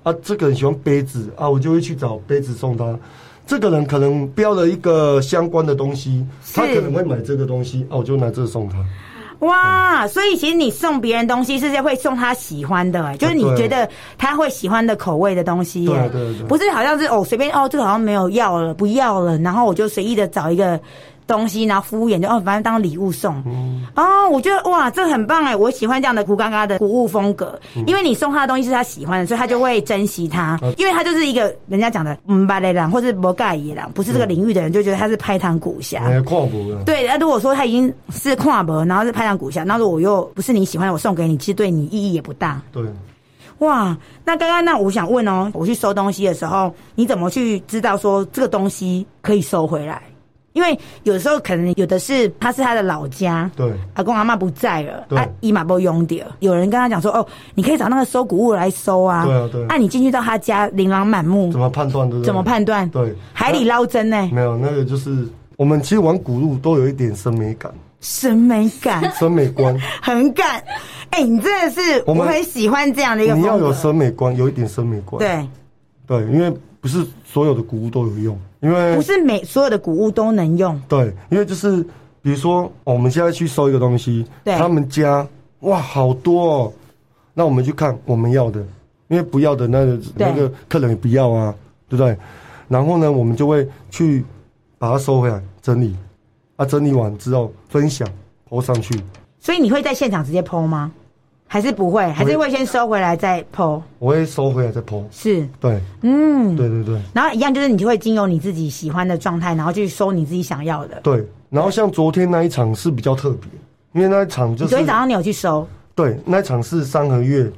啊，这个人喜欢杯子啊，我就会去找杯子送他。这个人可能标了一个相关的东西，他
是
可能会买这个东西，啊，我就拿这个送他。
哇，所以其实你送别人东西是会送他喜欢的、哎就是你
啊对
觉得他会喜欢的口味的东西、
对
哎
对对
不是好像是哦随便哦这个好像没有要了不要了，然后我就随意的找一个东西，然后服务员就哦反正当礼物送。
嗯
哦，我觉得哇这很棒哎，我喜欢这样的古嘎嘎的古物风格，
嗯
因为你送他的东西是他喜欢的，所以他就会珍惜它，因为他就是一个人家讲的嗯巴雷郎或是摩盖伊郎，不是这个领域的人就觉得他是拍堂古侠。
嗯哎、跨步了。
对，那如果说他已经是跨博，然后是拍上股下，那如果我又不是你喜欢的，我送给你，其实对你意义也不大。
对，
哇，那刚刚那我想问哦，我去收东西的时候，你怎么去知道说这个东西可以收回来？因为有时候可能有的是他是他的老家，
对
阿公阿妈不在了，
对
啊，姨妈不用掉。有人跟他讲说，哦，你可以找那个收谷物来收啊，
对啊对啊
那、你进去到他家琳琅满目
怎，么判断？对不对？
怎么判断？
对
海底捞针呢、
没有，那个就是我们其实玩古路都有一点审美 感、
审美感。
审美观，
很敢。哎、你真的是，我
我们
很喜欢这样的一个
你要
风
有
格。
审美观，有一点审美观。
对，
对，因为不是所有的古物都有用，因为
不是每所有的谷物都能用。
对，因为就是比如说、哦我们现在去收一个东西，
对
他们家哇好多哦，那我们去看我们要的，因为不要的那个
对
那个客人也不要啊，对不对？然后呢，我们就会去把它收回来整理，啊，整理完之后分享投上去。
所以你会在现场直接剖吗？还是不会？还是会先收回来再剖？
我会收回来再剖。
是，
对，
嗯。
对对对
然后一样就是你就会经由你自己喜欢的状态，然后去收你自己想要的。
对。然后像昨天那一场是比较特别，因为那一场
你
就是
昨天早上你有去收
对那一场是三合院，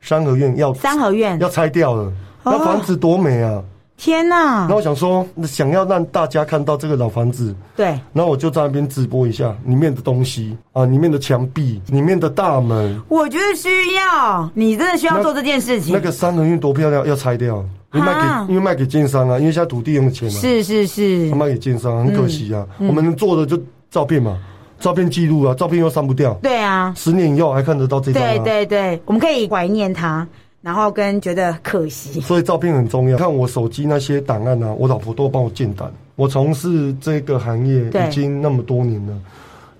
三合院要
三合院？哦
要拆掉了，那房子多美啊！
天
然
呐！
后我想说，想要让大家看到这个老房子，
对，
然后我就在那边直播一下里面的东西啊，里面的墙壁，里面的大门，
我觉得需要，你真的需要做这件事情。
那个三合院多漂亮，要拆掉，因为卖
啊
给因为卖给建商啊，因为现在土地用钱嘛，
是是是
他，卖给建商，很可惜啊。
嗯
我们能做的就照片嘛，照片记录啊，照片又删不掉，
对啊。
十年以后还看得到这张、啊。
对对对，我们可以怀念他，然后跟觉得可惜。
所以照片很重要。看我手机那些档案啊，我老婆都帮我建档。我从事这个行业
对
已经那么多年了，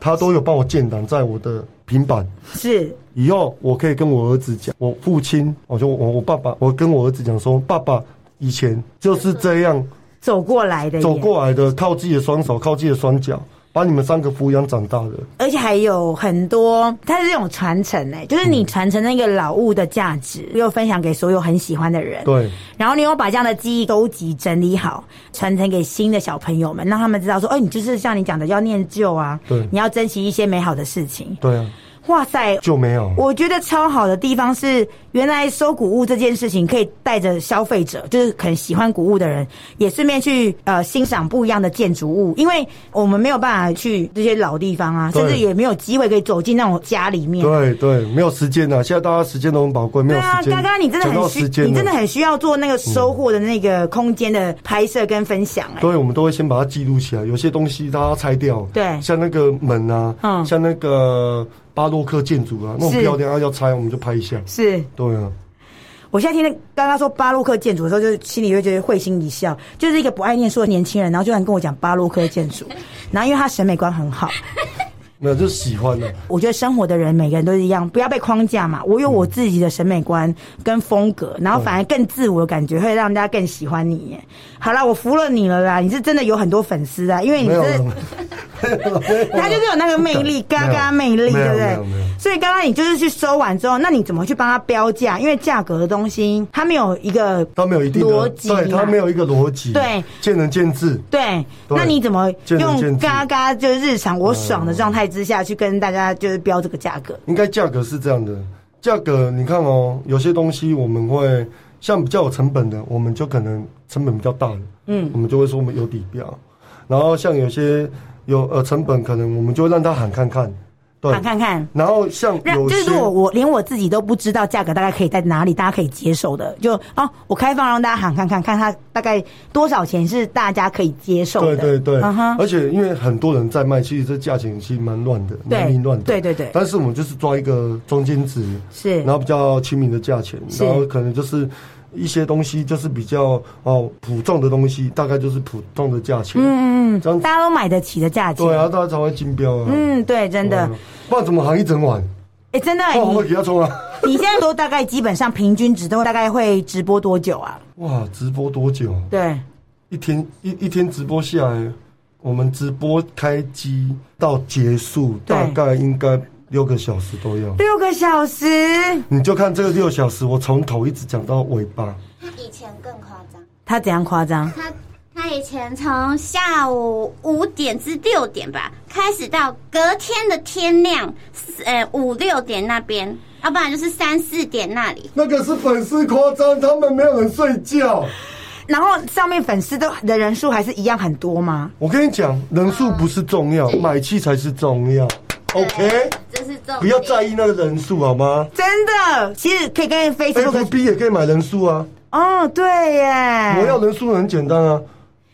她都有帮我建档在我的平板。
是
以后我可以跟我儿子讲，我父亲，我就我我爸爸，我跟我儿子讲说，爸爸以前就是这样
走过来的，
走，过来的，靠自己的双手，靠自己的双脚，把你们三个抚养长大的。
而且还有很多，它是这种传承哎、就是你传承那个老物的价值，又分享给所有很喜欢的人。
嗯对，
然后你又把这样的记忆勾集整理好，传承给新的小朋友们，哎让他们知道说，哦，你就是像你讲的要念旧啊，
对
你要珍惜一些美好的事情。
对啊，
哇塞！
就没有。
我觉得超好的地方是，原来收古物这件事情可以带着消费者，就是可能喜欢古物的人，也顺便去呃欣赏不一样的建筑物，因为我们没有办法去这些老地方啊，
对
甚至也没有机会可以走进那种家里面。啊
对对，没有时间了。现在大家时间都很宝贵，没
对
有
啊
时，间。
刚刚你真的
讲到
很需，
时间
你真的
了
很需要做那个收获的那个空间的拍摄跟分享、哎，
对，我们都会先把它记录起来。有些东西大家拆掉，
对
像那个门啊，
嗯
像那个巴洛克建筑啊，那
是
种漂亮啊，要拆我们就拍一下。
是。
对啊，
我现在听到刚刚说巴洛克建筑的时候，就是心里会觉得会心一笑，就是一个不爱念书的年轻人，然后居然跟我讲巴洛克建筑，然后因为他审美观很好，
没有就喜欢的、
我觉得生活的人每个人都是一样，不要被框架嘛。我有我自己的审美观跟风
嗯
格，然后反而更自我的感觉，会让人家更喜欢你耶。好啦，我服了你了啦，你是真的有很多粉丝啊，因为你
没有
是
了，
他就是有那个魅力，
不敢
嘎嘎魅力，
没
对
有
不
没
对
有没有？
所以刚刚你就是去收完之后，那你怎么去帮他标价？因为价格的东西，它没有一个
它没有一定的
逻辑嘛
对，它没有一个逻辑，
对，
见仁见智。
对，
对
那你怎么
见仁
用
见智嗯
嘎嘎就是日常我爽的状态之下去跟大家就是标这个价格？
应该价格是这样的，价格你看哦，有些东西我们会像比较有成本的，我们就可能成本比较大的，嗯，我们就会说我们有底标。然后像有些有呃成本，可能我们就会让他喊看看，对，
喊看看。
然后像
让
有
就是
些
如果我连我自己都不知道价格大概可以在哪里，大家可以接受的，就哦，我开放让大家喊看看，看它大概多少钱是大家可以接受的。
对对对，
嗯哼，
而且因为很多人在卖，其实这价钱其实蛮乱的，
对
蛮凌乱的。
对对对
但是我们就是抓一个中间值，
是
然后比较亲民的价钱，
是
然后可能就是一些东西就是比较哦普众的东西，大概就是普通的价钱。嗯嗯，这样子
大家都买得起的价钱。
对啊，大家才会竞标啊。
嗯，对，真
对
的
啊，，不然怎么行一整晚？
哎，真的，
哦，我
你
给他冲啊！
你现在都大概基本上平均值都大概会直播多久啊？
哇，直播多久？啊
对，
一天一一天直播下来，我们直播开机到结束，
对
大概应该六个小时都要。
六个小时，
你就看这个六小时，我从头一直讲到尾巴。
他以前更夸张，
他怎样夸张？
他他以前从下午五点至六点吧开始到隔天的天亮，四呃五六点那边，要不然就是三四点那里。
那个是粉丝夸张，他们没有人睡觉。
然后上面粉丝都的人数还是一样很多吗？
我跟你讲，人数不是重要，买气才是重要。OK，
这是重
不要在意那个人数好吗
真的，其实可以跟 Facebook
？FB 也可以买人数啊，
哦，对耶，
我要人数很简单啊，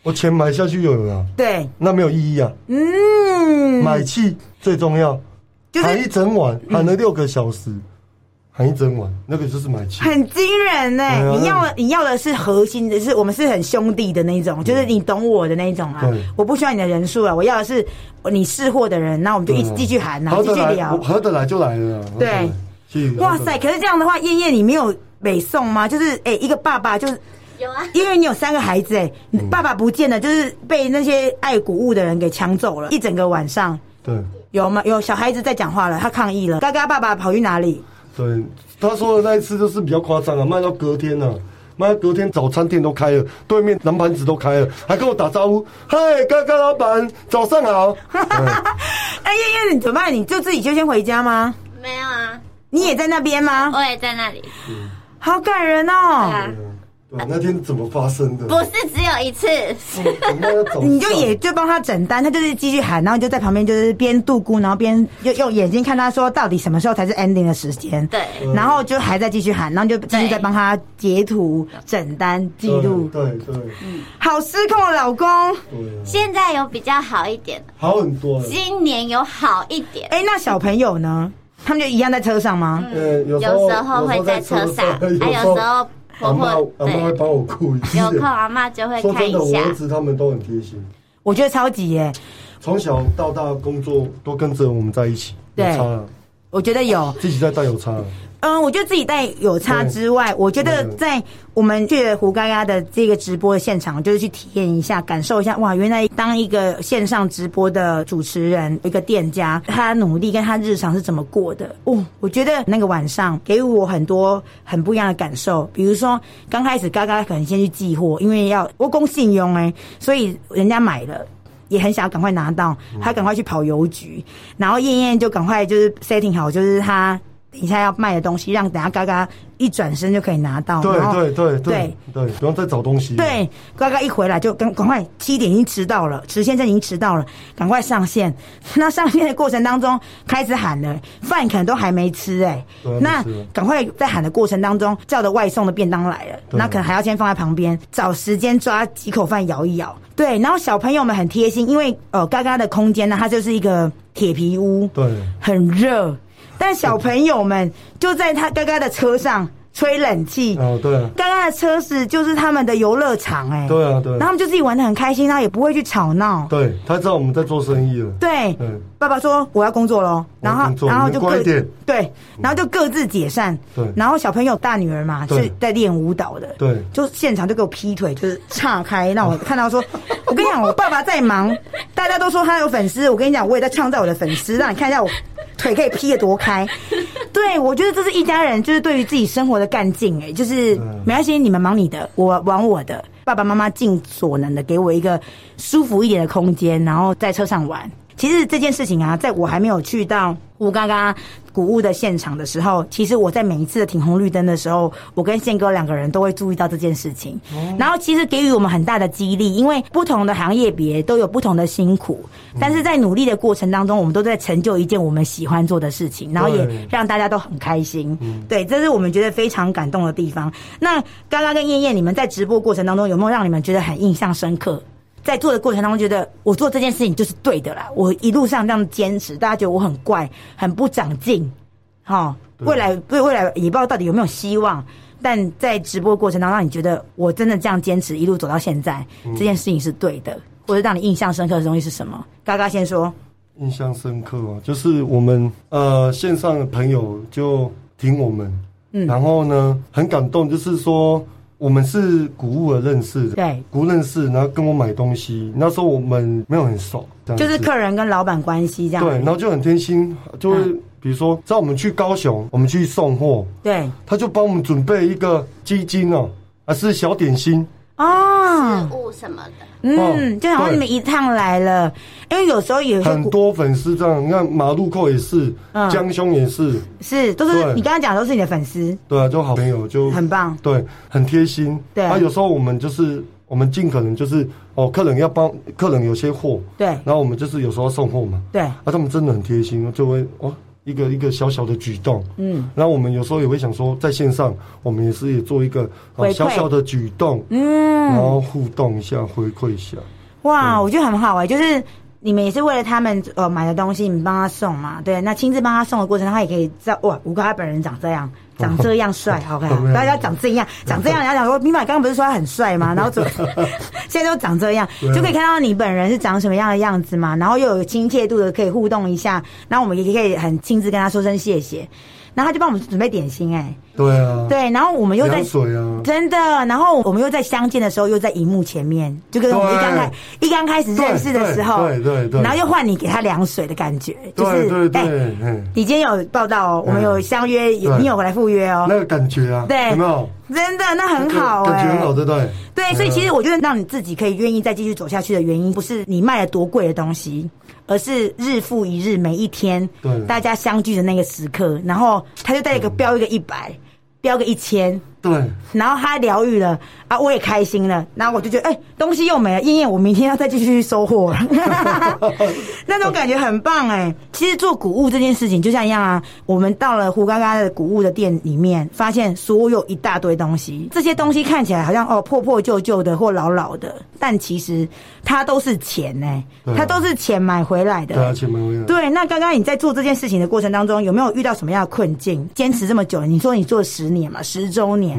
我钱买下去有了啊，
对，
那没有意义啊。
嗯，
买气最重要，
就是
喊一整晚，喊了六个小时，喊一整晚，那个就是买气。
很惊人呢、
对啊
你要的你要的是核心的，是我们是很兄弟的那一种，就是你懂我的那一种啊
嗯对。
我不需要你的人数啊，我要的是你是货的人，那我们就一直继续喊啊，
合
继
得
续
嗯来，
聊
我。合得来就来了啊。合得来
对，
继续
哇
合得来
塞！可是这样的话，燕燕你没有北宋吗？就是哎、一个爸爸就是。
有啊，
因为你有三个孩子哎、你
嗯
爸爸不见了，就是被那些爱古物的人给抢走了，一整个晚上
对。
有吗？有小孩子在讲话了，他抗议了。嘎嘎，爸爸跑去哪里？
对，他说的那一次就是比较夸张啊，卖到隔天啊，卖到隔天早餐店都开了，对面南盘子都开了，还跟我打招呼，嗨，嘎嘎老板，早上好。嗯
哎，燕燕，你怎么办？你就自己就先回家吗？
没有啊，
你也在那边吗？
我也在那里。
好感人哦！
哦啊，
对，那天怎么发生的？
不是只有一次，
怎么要早上
你就也就帮他整单，他就是继续喊，然后你就在旁边就是边度咕，然后边用用眼睛看他说到底什么时候才是 ending 的时间。
对
然后就还在继续喊，然后就继续在帮他截图、整单、记录。
对对对
好失控的老公，
对啊，
现在有比较好一点，
好很多了。
今年有好一点。
哎，那小朋友呢？他们就一样在车上
嗯
吗？
呃，有
有
时候
时候会在车上，还有时候婆
阿妈
婆
阿妈
对，
会帮我顾一下
有。空阿妈就会
说
看
真
一
的，我
下
儿。子他们都很贴心，
我觉得超级耶、
从小到大工作都跟着我们在一起，有
对
差啊，
我觉得有。
自己在带有差啊。
嗯，我觉得自己带有差之外，我觉得在我们去胡嘎嘎的这个直播的现场，就是去体验一下，感受一下，哇，原来当一个线上直播的主持人、一个店家，他努力跟他日常是怎么过的。哦，我觉得那个晚上给我很多很不一样的感受，比如说欸刚开始嘎嘎可能先去寄货，因为要我供信用哎，所以人家买了。也很想要赶快拿到，他赶快去跑邮局，然后燕燕就赶快就是 setting 好，就是他等一下要卖的东西，让等下嘎嘎一转身就可以拿到。
对
哦然后
对对
对
对对，不用再找东西。，
对，呱呱一回来就赶赶快七点已经迟到了，池先生已经迟到了，赶快上线。 那上线的过程当中开始喊了，饭可能都还没吃哎、
对
那
还没吃
赶快在喊的过程当中叫的外送的便当来了，
对
那可能还要先放在旁边，找时间抓几口饭摇一摇。对，然后小朋友们很贴心，因为呃嘎嘎的空间呢，它就是一个铁皮屋，
对
很热，但小朋友们就在他嘎嘎的车上吹冷气，
哦对啊，
刚刚的车子就是他们的游乐场、哎，
对啊对
然后他们就自己玩的很开心，然后也不会去吵闹，
对，他知道我们在做生意了。
对。
嗯，
爸爸说我要工作喽，
我
然
要工
后
作
然后
你
就
们乖
各
一点
对，然后就各自解散。
嗯对
然后小朋友大女儿嘛
对
是在练舞蹈的，
对
就现场就给我劈腿，就是岔开，让我看到说， 我跟你讲，我爸爸在忙，大家都说他有粉丝，我跟你讲，我也在创造我的粉丝，让你看一下我腿可以劈得多开。对，我觉得这是一家人，就是对于自己生活的干劲，哎，就是
嗯
没关系，你们忙你的，我玩我的，爸爸妈妈尽所能的给我一个舒服一点的空间，然后在车上玩。其实这件事情啊，在我还没有去到乌嘎嘎古物的现场的时候，其实我在每一次的停红绿灯的时候，我跟宪哥两个人都会注意到这件事情。
哦
然后其实给予我们很大的激励，因为不同的行业别都有不同的辛苦，但是在努力的过程当中，我们都在成就一件我们喜欢做的事情，然后也
对
让大家都很开心。
嗯
对，这是我们觉得非常感动的地方。那刚刚跟燕燕，你们在直播过程当中有没有让你们觉得很印象深刻？在做的过程当中，觉得我做这件事情就是对的啦。我一路上这样坚持，大家觉得我很怪，很不长进，哈、
对
未来对未来也不知道到底有没有希望。但在直播过程当中，让你觉得我真的这样坚持一路走到现在，
嗯
这件事情是对的，或者让你印象深刻的东西是什么？嘎嘎先说，
印象深刻哦，就是我们呃线上的朋友就听我们，
嗯
然后呢很感动，就是说我们是古物的认识的，
对，
古物认识，然后跟我买东西，那时候我们没有很熟，这样
就是
子
客人跟老板关系这样。
嗯对，然后就很贴心，就会、
嗯
比如说在我们去高雄，我们去送货，
对
他就帮我们准备一个鸡精哦，还是小点心，
哦，
物什么的，
嗯，
哦
就好像你们一趟来了，因为有时候有些
很
股
多粉丝这样，你看马路扣也是，
嗯
江兄也是，
是都是
对
你刚刚讲的都是你的粉丝，
对啊，就好朋友就
很棒。
对，很贴心。
对
啊，有时候我们就是我们尽可能就是哦，客人要帮客人有些货，
对
然后我们就是有时候送货嘛，
对，
啊，他们真的很贴心，就会哦一个一个小小的举动，
嗯，
然后我们有时候也会想说，在线上我们也是也做一个、
回
哦、
馈
小小的举动，然
嗯，
后互动一下，回馈一下。嗯
哇，我觉得很好哎、就是。你们也是为了他们呃买的东西，你们帮他送嘛？对，那亲自帮他送的过程，他也可以知道哇，吴哥他本人长这样，长这样 帅，OK，
没有
大家长这样，长 这样，然后讲说，明马刚刚不是说他很帅吗？然后怎么现在都长这样，
对啊
就可以看到你本人是长什么样的样子嘛，然后又有亲切度的可以互动一下，然后我们也可以很亲自跟他说声谢谢，然后他就帮我们准备点心哎、
对啊，
对，然后我们又在
凉水啊，
真的，然后我们又在相见的时候，又在荧幕前面，就跟我们一刚开一刚开始认识的时候，
对对对对
然后又换你给他凉水的感觉，就
对
是
对对
哎，
嗯
你今天有报道哦，我们有相约，
对
你有来赴约哦，
那个感觉啊，
对
有没有？
真的那很好
感
哎、
觉很好，对不对？啊
对，所以其实我觉得让你自己可以愿意再继续走下去的原因，不是你卖了多贵的东西，而是日复一日，每一天，
对
大家相聚的那个时刻，然后他就带一个标一个一百，标个一千。
对。
然后他疗愈了啊，我也开心了，然后我就觉得哎、东西又没了，燕燕，我明天要再继续去收货 了，那种感觉很棒哎、其实做古物这件事情就像一样啊，我们到了胡嘎嘎的古物的店里面，发现所有一大堆东西，这些东西看起来好像哦破破旧旧的或老老的，但其实它都是钱呢、
对啊
它都是钱买回来的、
对啊，前面会有
对，那刚刚你在做这件事情的过程当中，有没有遇到什么样的困境？坚持这么久，你说你做十年嘛，十周年。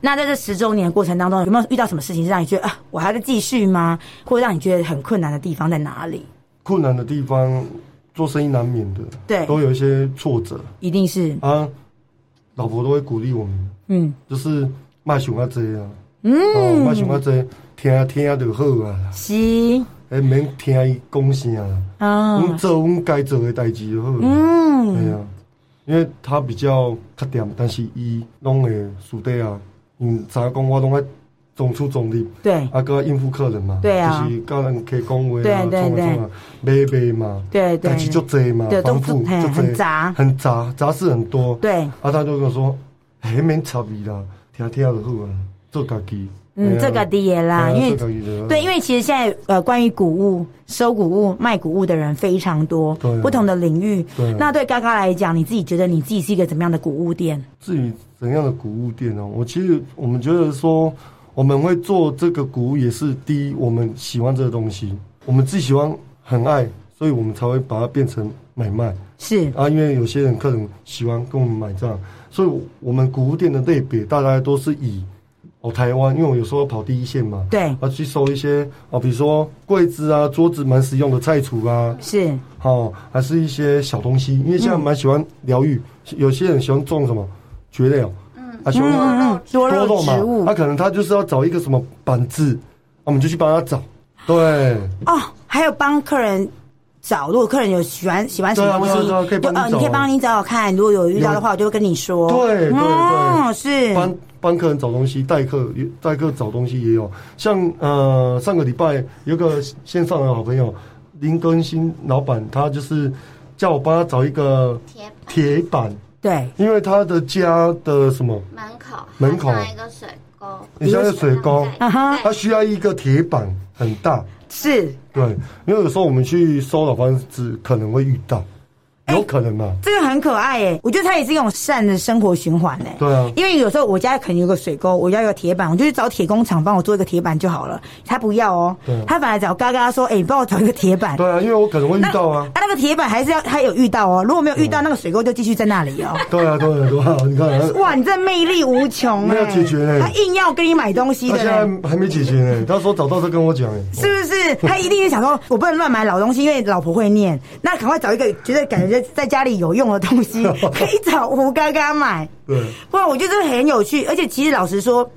那在这十周年的过程当中，有没有遇到什么事情是让你觉得啊，我还在继续吗？或者让你觉得很困难的地方在哪里？
困难的地方，做生意难免的，
对
都有一些挫折
一定是，
啊。老婆都会鼓励我们，
嗯，
就是卖熊啊这啊，嗯，哦，卖熊啊这，听听就好啊啦，
是，
哎，免听伊讲啥啦，
嗯
阮做阮该做的代志就好，啊
嗯，
对啊，因为他比较较点，但是伊拢会私底啊，嗯，知影讲我拢爱中出中力，
对
啊，搁应付客人嘛，
嗯对啊
就是教人客讲话
对
啊，
对
创啊创啊，买卖嘛，
对对
代志就多嘛
对，都
繁复
很
就
很杂
很杂，杂事很多，
对
啊，他就跟我说，哎，免插伊啦，听听就好啊，做家己，啊
嗯，这个的也啦，因为对，因
为
为其实现在呃，关于谷物、收谷物、卖谷物的人非常多，
对啊
不同的领域。
对啊
那对嘎嘎来讲，你自己觉得你自己是一个怎么样的谷物店？
至于怎样的谷物店呢？我其实我们觉得说，我们会做这个谷物，也是第一，我们喜欢这个东西，我们自己喜欢，很爱，所以我们才会把它变成买卖。
是
啊，因为有些人客人喜欢跟我们买账，所以我们古物店的类别大概都是以哦台湾，因为我有时候跑第一线嘛，
对
啊去收一些哦，比如说柜子啊、桌子蛮实用的菜橱啊，
是，
哦，还是一些小东西，因为现在蛮喜欢疗愈，有些人喜欢种什么蕨类哦，嗯，啊喜欢
嗯嗯，多
多
肉
肉
植物
嘛，他、可能他就是要找一个什么板子，啊我们就去帮他找，对。
哦，还有帮客人找，如果客人有喜欢喜欢什么东西，
对啊对啊对啊可以
就
帮
哦，你
你找
可以帮你找找看，如果有遇到的话，我就会跟你说。
对对对
哦，是，
帮帮客人找东西，代客也代客找东西也有。像呃上个礼拜有个线上的好朋友林更新老板，他就是叫我帮他找一个
铁板
铁板，
对，
因为他的家的什么，
门口
门口
还放一个水沟，
你家的水沟，
啊哈
他需要一个铁板很大，
是。
对，因为有时候我们去收老方式可能会遇到，
哎
有可能啊嘛，
这个很可爱耶，我觉得它也是一种善的生活循环哎。
对啊
因为有时候我家可能有个水沟，我家有个铁板，我就去找铁工厂帮我做一个铁板就好了。他不要哦
对啊，
他反而找嘎嘎说：“哎、你帮我找一个铁板。
对啊，因为我可能会遇
那
到啊。嗯
啊，那个铁板还是要他有遇到哦，如果没有遇到，那个水沟就继续在那里哦。
对啊，对啊，对啊！你看，
哇，你这魅力无穷哎！
没有解决嘞
他硬要跟你买东西
他
的
现
嘞，
在还没解决呢。他说找到再跟我讲哎。
是不 是？他一定是想说，我不能乱买老东西，因为老婆会念。那赶快找一个觉得感觉在家里有用的东 西，可以找胡嘎嘎买。
对。
哇，我觉得这个很有趣，而且其实老实说，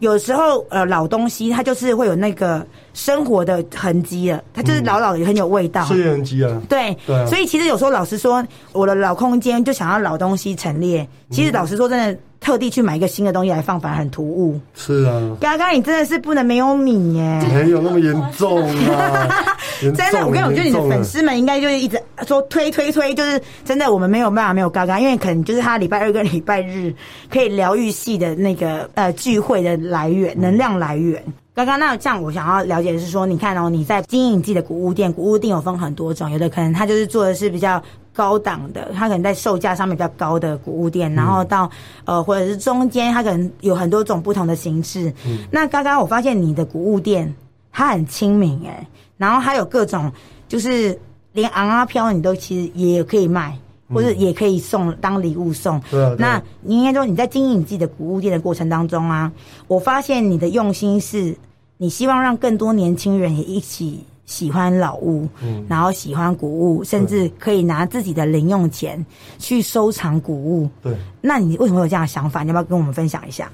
有时候呃老东西它就是会有那个生活的痕迹了，它
嗯
就是老老的也很有味道。
岁月痕迹啊，
对，
对啊
所以其实有时候老实说，我的老空间就想要老东西陈列。其实老实说，真的特地去买一个新的东西来放，反而很突兀。
是啊，
刚刚你真的是不能没有你耶！
没有那么严 重啊，严重
真的，我跟你讲，我觉得你的嗯粉，丝们应该就是一直说推推推，就是真的，我们没有办法没有嘎嘎，因为可能就是他礼拜二跟礼拜日可以疗愈系的那个呃聚会的来源，能量来源。刚刚那这样，我想要了解的是说，你看哦，你在经营自己的古物店，古物店有分很多种，有的可能他就是做的是比较高档的，他可能在售价上面比较高的古物店，然后到呃或者是中间，他可能有很多种不同的形式。那刚刚我发现你的古物店它很亲民哎、然后还有各种就是连昂阿飘你都其实也可以卖，或者也可以送当礼物送。
嗯对啊对啊
那你应该说你在经营你自己的古物店的过程当中啊，我发现你的用心是，你希望让更多年轻人也一起。喜欢老物，
嗯
然后喜欢古物，甚至可以拿自己的零用钱去收藏古物。
对，
那你为什么会有这样的想法？你要不要跟我们分享一下？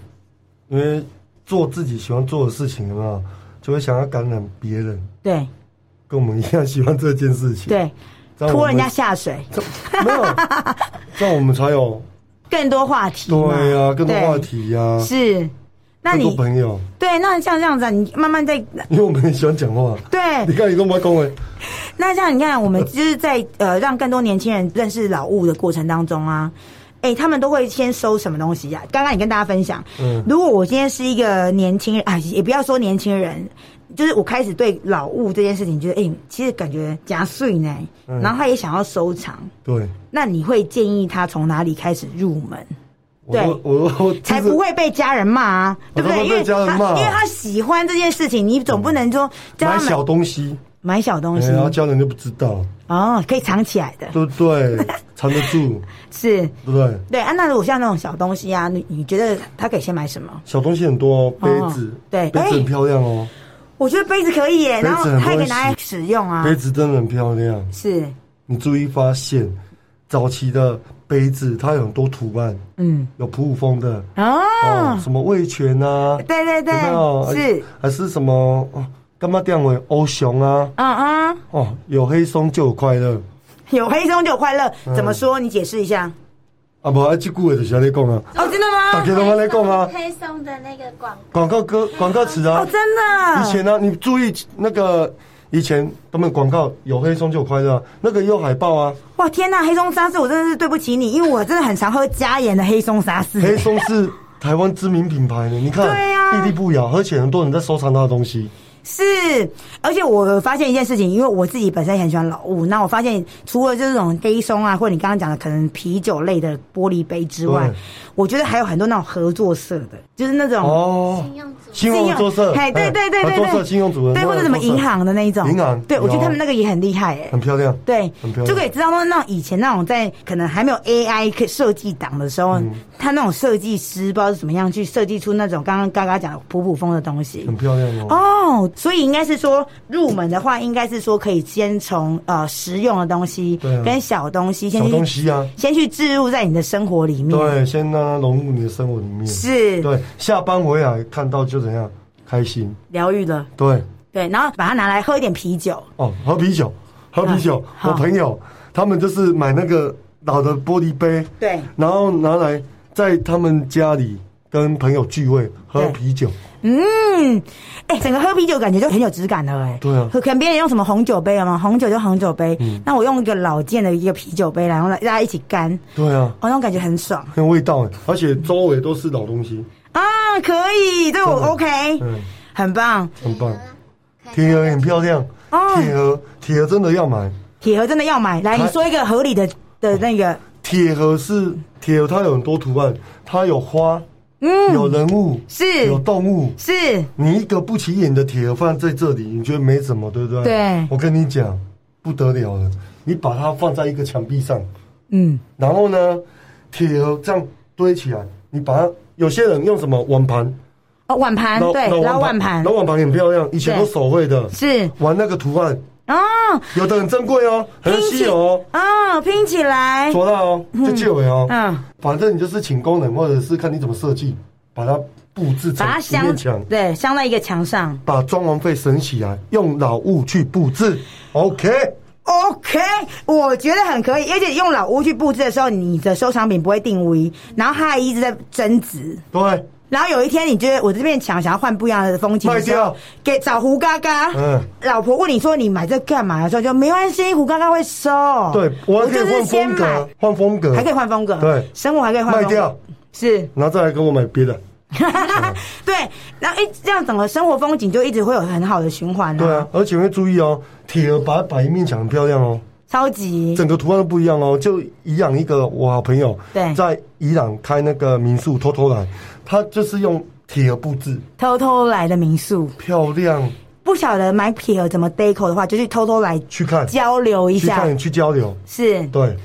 因为做自己喜欢做的事情嘛，就会想要感染别人，
对
跟我们一样喜欢这件事情，
对，
这样我们，
拖人家下水，
这没有，这样我们才有
更多话题嘛。
对呀，更多
对
话题呀，
是，那
更多
你
朋友，
对，那像这样子、啊，你慢慢在
因为我们很喜欢讲话，你
对，
看你都没讲哎，
那像你看，我们就是在呃让更多年轻人认识老物的过程当中啊，哎、他们都会先收什么东西呀、刚刚你跟大家分享，
嗯
如果我今天是一个年轻人啊，也不要说年轻人。就是我开始对老物这件事情，觉得哎、其实感觉夹碎呢，
嗯
然后他也想要收藏，
对，
那你会建议他从哪里开始入门？
我都我我
才不，会被家人骂啊，对
我
不对？
才
因
不哦会
为
被家人
他
骂
因为他喜欢这件事情，你总不能说
就
叫
是买
他
小
们
东西，哎
买小东西
然后家人就不知道，
哦，可以藏起来的，
对不 对？藏得住，
是
对不对？
对啊。那如果像那种小东西啊，你你觉得他可以先买什么？
小东西很多哦，杯
哦
子，
对
杯子很漂亮哦，
我觉得杯子可以耶，
杯子
然后
很多
还可以
人
拿来使用啊
杯，子真的很漂亮。
是
你注意发现，早期的杯子它有很多图案，
嗯
有普鲁风的哦
哦，，
什么味全啊，
对对对
有没有哎
是，
还是什么哦，干嘛店为欧熊啊？
嗯嗯，
哦，有黑松就有快乐嗯
有黑松就有快乐，怎么说？你解释一下。
啊、啊无啊，即句话就是安尼讲啊，
哦，真的
大
吗？
家拢安尼讲啊，
黑松的那个广告，
广告歌、广告词啊
哦，，真的。
以前呢、啊，你注意那个以前他们广告有黑松就有快乐、啊，那个也有海报啊，
哇天呐，黑松沙士，我真的是对不起你，因为我真的很常喝加盐的黑松沙士。
黑松是台湾知名品牌呢，你看，
嗯对啊
屹立不摇，而且很多人在收藏它的东西。
是，而且我发现一件事情，因为我自己本身也很喜欢老物，那我发现除了就是这种黑松啊，或者你刚刚讲的可能啤酒类的玻璃杯之外
对，
我觉得还有很多那种合作社的，就是那种。
哦，
信用组
信用合作社，
嘿，对对对对
合作社
对，
信用组，
对，或者什么银，行的那一种，
银行
对我觉得
有
他们那个也很厉害哎、
很漂亮。
对
很漂，亮
就可以知道说那种以前那种在可能还没有 AI 可设计档的时候，
嗯
他那种设计师不知道是怎么样去设计出那种刚刚嘎嘎讲的普普风的东西
很。漂亮哦。
哦，所以应该是说入门的话，应该是说可以先从呃实用的东西
对啊
跟小东西先
小东
去
西啊，
先去置入在你的生活里面。
对，先让它融入你的生活里面。
嗯是
对，下班回来看到就怎样开心。
疗愈的，
对，
对，然后把它拿来喝一点啤酒，
哦，喝啤酒，喝啤酒。
好
我朋友他们就是买那个老的玻璃杯，
对，
然后拿来在他们家里跟朋友聚会喝
对
啤酒。
嗯，哎、整个喝啤酒感觉就很有质感了、哎。
对啊嗯
可可能别人用什么红酒杯了嘛，红酒就红酒杯，那我用一个老件的一个啤酒杯，然后大家一起干，
对啊，
哦，那种感觉很爽
很有味道哎，而且周围都是老东西，
啊，可以，这
真的
我 OK，
嗯，
很棒。
很棒。
看
铁盒很漂亮，
哦
铁盒铁盒真的要买。
铁盒真的要买，来，
它
你说一个合理的的那个，
铁盒是铁盒，它有很多图案，它有花，
嗯，
有人物，
是
有动物。
是
你一个不起眼的铁盒放在这里，你觉得没什么，对不对？
对
我跟你讲，不得了了。你把它放在一个墙壁上，
嗯，
然后呢，铁盒这样堆起来，你把它。有些人用什么碗盘，
哦，碗盘
老
对，
老
老碗盘
老碗盘很漂亮，以前都
对
手绘的，
是
玩那个图案，
哦，
有的很珍贵哦，很稀有哦，
哦，拼起来，
做到哦，这就有哦。
嗯，
反正你就是请工人，或者是看你怎么设计，把它布置成
把它
一面
镶
墙，
对，镶在一个墙上
把装潢费省起来，用老物去布置。OK，
，OK，我觉得很可以，而且用老屋去布置的时候，你的收藏品不会定位，然后它还一直在增值。
对，
然后有一天，你觉得我这面墙想要换不一样的风景的时
卖
候
掉，
给找胡嘎嘎。
嗯
老婆问你说你买这干嘛的时候，就没关系，胡嘎嘎会收。
对，我还
哦
可
就
以
是
换
先
风
买
格，，换风格，
还可以换风格。
对
生活还可以换风
卖
格。
掉，
是，
然后再来跟我买别的。
对，然后一这样整个生活风景就一直会有很好的循环
对啊，，而且会注意哦，铁盒把它摆一面墙很漂亮哦，
超级
整个图案都不一样哦。就宜朗一个我好朋友，
对
在宜朗开那个民宿，偷偷来，他就是用铁盒布置，
偷偷来的民宿。
漂亮，
不晓得买撇怎么 deco 的话，就去偷偷来
去看，
交流一
去
下。
看，去交流，
是
对。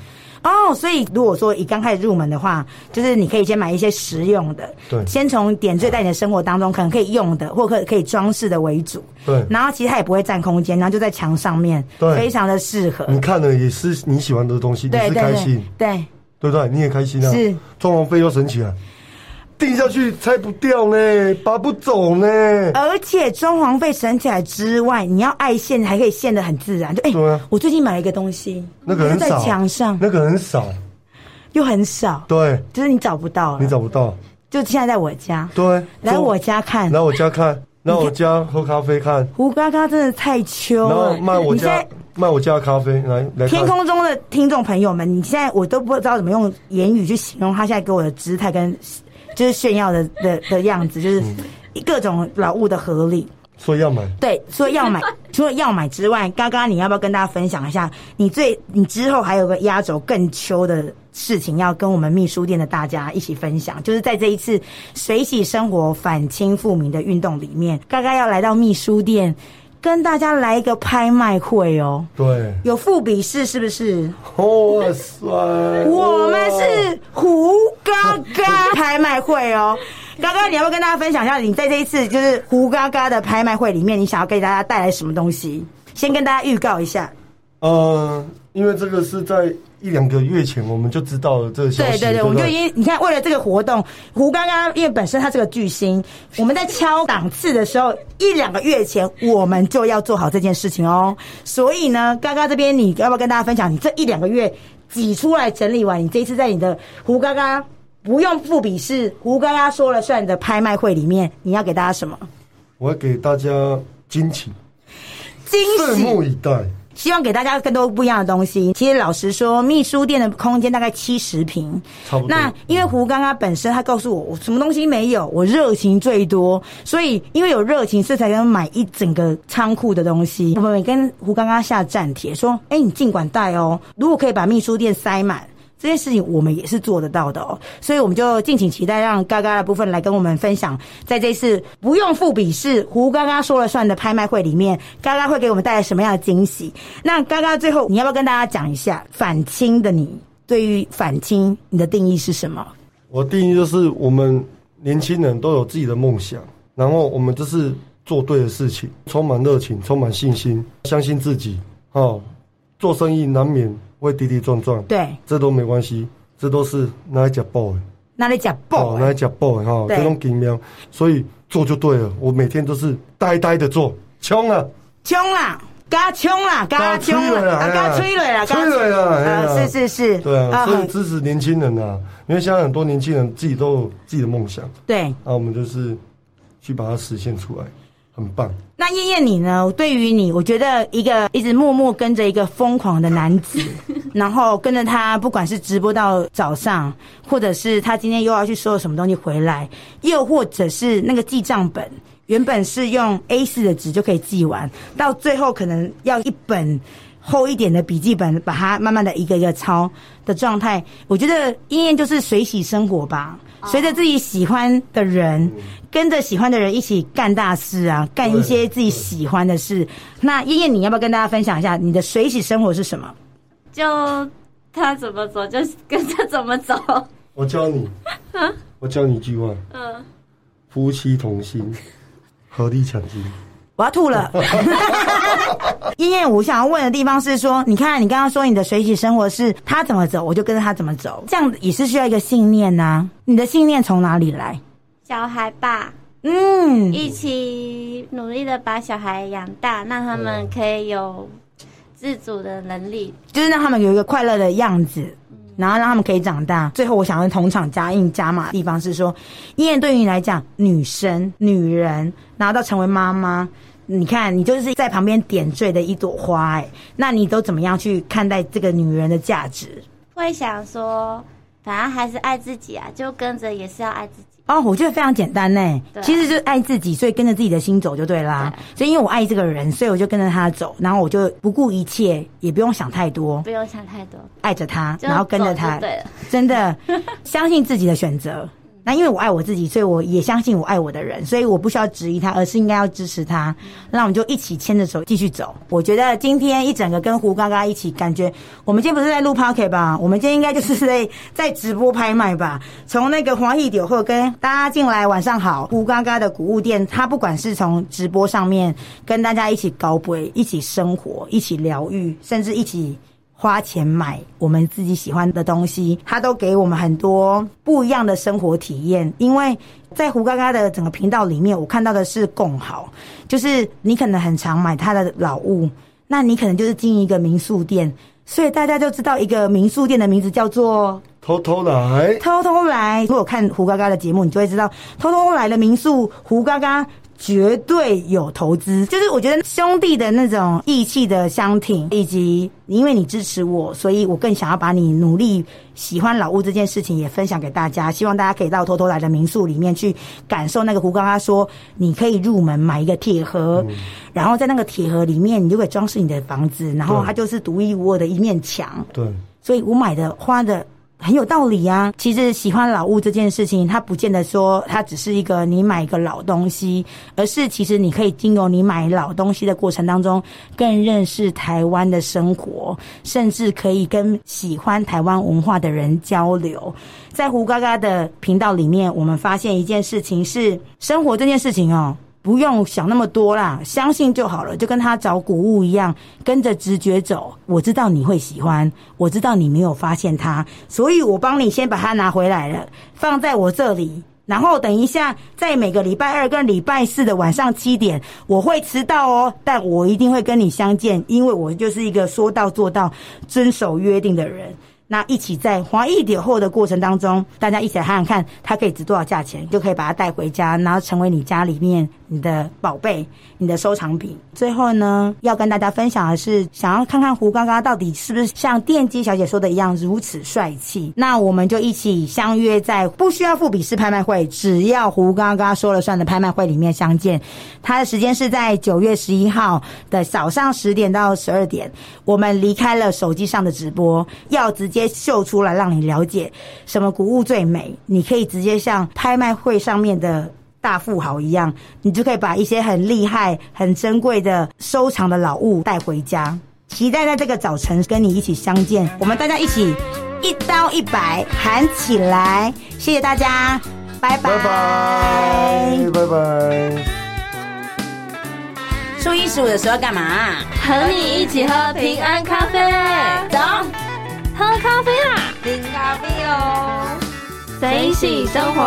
哦，所以如果说以刚开始入门的话，就是你可以先买一些实用的，
对
先从点缀在你的生活当中可能可以用的，或可可以装饰的为主，
对
然后其实它也不会占空间，然后就在墙上面，
对
非常的适合，
你看了也是你喜欢的东西，你
对
是
对
开心，
对对，
对不对？你也开心啊，
是
装潢费又省起来，定下去拆不掉呢，拔不走呢，
而且装潢费省起来之外，你要爱线还可以线的很自然，就哎、
对啊
我最近买了一个东西，
那个
就
很
在
少，
墙上
那个很少，
又很少，
对
就是你找不到
你
了，
找不到，
就现在在我家，
对，
来
中
我，家看。
来我家看，来我家喝咖啡看，
胡嘎嘎真的太秋
然后
了，
卖我
你现
家
在
卖我家的咖啡，来来看
天空中的听众朋友们，你现在我都不知道怎么用言语去形容他现在给我的姿态跟就是炫耀的的的样子，就是
嗯
各种老物的合力。
说要买，
对，除了要买，除了要买之外，嘎嘎，你要不要跟大家分享一下你最你之后还有个压轴更秋的事情要跟我们秘书店的大家一起分享？就是在这一次水洗生活反清复明的运动里面，嘎嘎要来到秘书店跟大家来一个拍卖会哦。
对，
有副笔试是不是？
哇塞，哦
我们是胡嘎嘎拍卖会哦。嘎嘎，你要不要跟大家分享一下，你在这一次就是胡嘎嘎的拍卖会里面，你想要给大家带来什么东西？先跟大家预告一下。
呃，因为这个是在一两个月前我们就知道了这个消
对
息，
对对，
不
我们就因你看，为了这个活动，胡嘎嘎因为本身他是个巨星，我们在敲档次的时候，一两个月前我们就要做好这件事情哦。所以呢，嘎嘎这边你要不要跟大家分享，你这一两个月挤出来整理完，你这一次在你的胡嘎嘎不用复笔试，胡嘎嘎说了算的拍卖会里面，你要给大家什么
我要给大家惊奇，
惊
拭
喜？
目以待。
希望给大家更多不一样的东西。其实老实说，秘书店的空间大概七十平，
差不多
那因为胡刚刚本身他告诉我，我什么东西没有，我热情最多，所以因为有热情，所以才能买一整个仓库的东西。我们也跟胡刚刚下站帖说，哎、你尽管带哦，如果可以把秘书店塞满。这件事情我们也是做得到的哦，所以我们就敬请期待，让嘎嘎的部分来跟我们分享，在这次不用付笔试，胡嘎嘎说了算的拍卖会里面，嘎嘎会给我们带来什么样的惊喜？那嘎嘎最后你要不要跟大家讲一下反清的你对于反清你的定义是什么？
我定义就是我们年轻人都有自己的梦想，然后我们就是做对的事情，充满热情，充满信心，相信自己。哦，做生意难免会跌跌撞撞，
对，
这都没关系，这都是拿来假爆的，
那你讲爆、
哦，拿来假爆的哈，哦
哎对
这种经验，所以做就对了。我每天都是呆呆的做，冲啊！
冲啦！嘎冲啦，嘎冲啦，啊，嘎吹了啦，
吹了啦哎呀
呃，是是是，
对啊，所以
很
支持年轻人啊，因为现在很多年轻人自己都有自己的梦想，
对。
啊那我们就是去把它实现出来，很棒。
那燕燕你呢？对于你，我觉得一个一直默默跟着一个疯狂的男子，然后跟着他，不管是直播到早上，或者是他今天又要去收什么东西回来，又或者是那个记账本。原本是用 A 4的纸就可以记完，到最后可能要一本厚一点的笔记本，把它慢慢的一个一个抄的状态。我觉得燕燕就是随喜生活吧，随着自己喜欢的人，跟着喜欢的人一起干大事啊，干一些自己喜欢的事。那燕燕，你要不要跟大家分享一下你的水洗生活是什么？
就他怎么走就跟着怎么走。
我教你，我教你一句话：
嗯，
夫妻同心，合力抢金。
我要吐了。燕燕，我想要问的地方是说，你看你刚刚说你的水洗生活是他怎么走，我就跟着他怎么走，这样子也是需要一个信念呐、你的信念从哪里来？
小孩吧，
嗯，
一起努力的把小孩养大，让他们可以有自主的能力。
就是让他们有一个快乐的样子，
嗯
然后让他们可以长大。最后，我想要同场加印加码的地方是说，燕燕对于你来讲，女生、女人，然后到成为妈妈，你看你就是在旁边点缀的一朵花、哎，那你都怎么样去看待这个女人的价值？
会想说，反正还是爱自己啊，就跟着也是要爱自己。
哦，我觉得非常简单呢
对。啊
其实就是爱自己，所以跟着自己的心走就对啦。所以因为我爱这个人，所以我就跟着他走，然后我就不顾一切，也不用想太多，
不用想太多，
爱着他，
就
然后跟着
走
他
就。对了，
真的相信自己的选择。那因为我爱我自己，所以我也相信我爱我的人，所以我不需要质疑他，而是应该要支持他。那我们就一起牵着手继续走。我觉得今天一整个跟胡嘎嘎一起，感觉我们今天不是在录 p o c k e t 吧？我们今天应该就是在在直播拍卖吧？从那个华裔酒后跟大家进来，晚上好，胡嘎嘎的古物店，它不管是从直播上面跟大家一起高杯，一起生活，一起疗愈，甚至一起花钱买我们自己喜欢的东西，它都给我们很多不一样的生活体验。因为在胡嘎嘎的整个频道里面，我看到的是共好，就是你可能很常买他的老物，那你可能就是经营一个民宿店，所以大家就知道一个民宿店的名字叫做
偷偷来，
偷偷来，如果有看胡嘎嘎的节目，你就会知道，偷偷来的民宿胡嘎嘎。绝对有投资，就是我觉得兄弟的那种义气的相挺，以及因为你支持我，所以我更想要把你努力喜欢老屋这件事情也分享给大家，希望大家可以到偷偷来的民宿里面去感受那个胡刚刚说，你可以入门买一个铁盒，然后在那个铁盒里面，你就可以装饰你的房子，然后
对
它就是独一无二的一面墙。
对，
所以我买的花的很有道理啊。其实喜欢老物这件事情，它不见得说它只是一个你买一个老东西，而是其实你可以经由你买老东西的过程当中，更认识台湾的生活，甚至可以跟喜欢台湾文化的人交流。在胡嘎嘎的频道里面，我们发现一件事情是生活这件事情哦。不用想那么多啦，相信就好了，就跟他找古物一样，跟着直觉走。我知道你会喜欢，我知道你没有发现它，所以我帮你先把它拿回来了，放在我这里。然后等一下，在每个礼拜二跟礼拜四的晚上七点，我会迟到哦，但我一定会跟你相见，因为我就是一个说到做到、遵守约定的人。那一起在华裔点货的过程当中，大家一起来看看它可以值多少价钱，就可以把它带回家，然后成为你家里面你的宝贝、你的收藏品。最后呢，要跟大家分享的是，想要看看胡刚刚到底是不是像电机小姐说的一样如此帅气，那我们就一起相约在不需要付比式拍卖会，只要胡刚刚说了算的拍卖会里面相见。它的时间是在九月十一号的哦早上十点到十二点，我们离开了手机上的直播，要直接秀出来让你了解什么古物最美。你可以直接像拍卖会上面的。大富豪一样，你就可以把一些很厉害、很珍贵的收藏的老物带回家。期待在这个早晨跟你一起相见，我们大家一起一刀一百喊起来！谢谢大家，拜拜。
拜拜，拜拜。
初一十五的时候要干嘛、
和你一起喝平安咖啡，走，喝咖啡
啊
啦，
零咖啡哦！
随喜生活，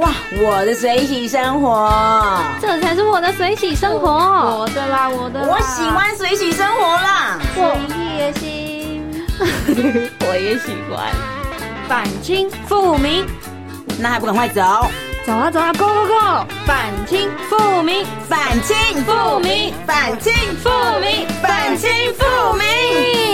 哇，我的随喜生活，
这才是我的随喜生活。
我的啦，我的啦，
我喜欢随喜生活啦！
随意的心，
我也喜欢。
反清复明，
那还不赶快走？
走啊走啊，Go Go Go！反清复明，
反清
复明，
反清
复明，
反清复明。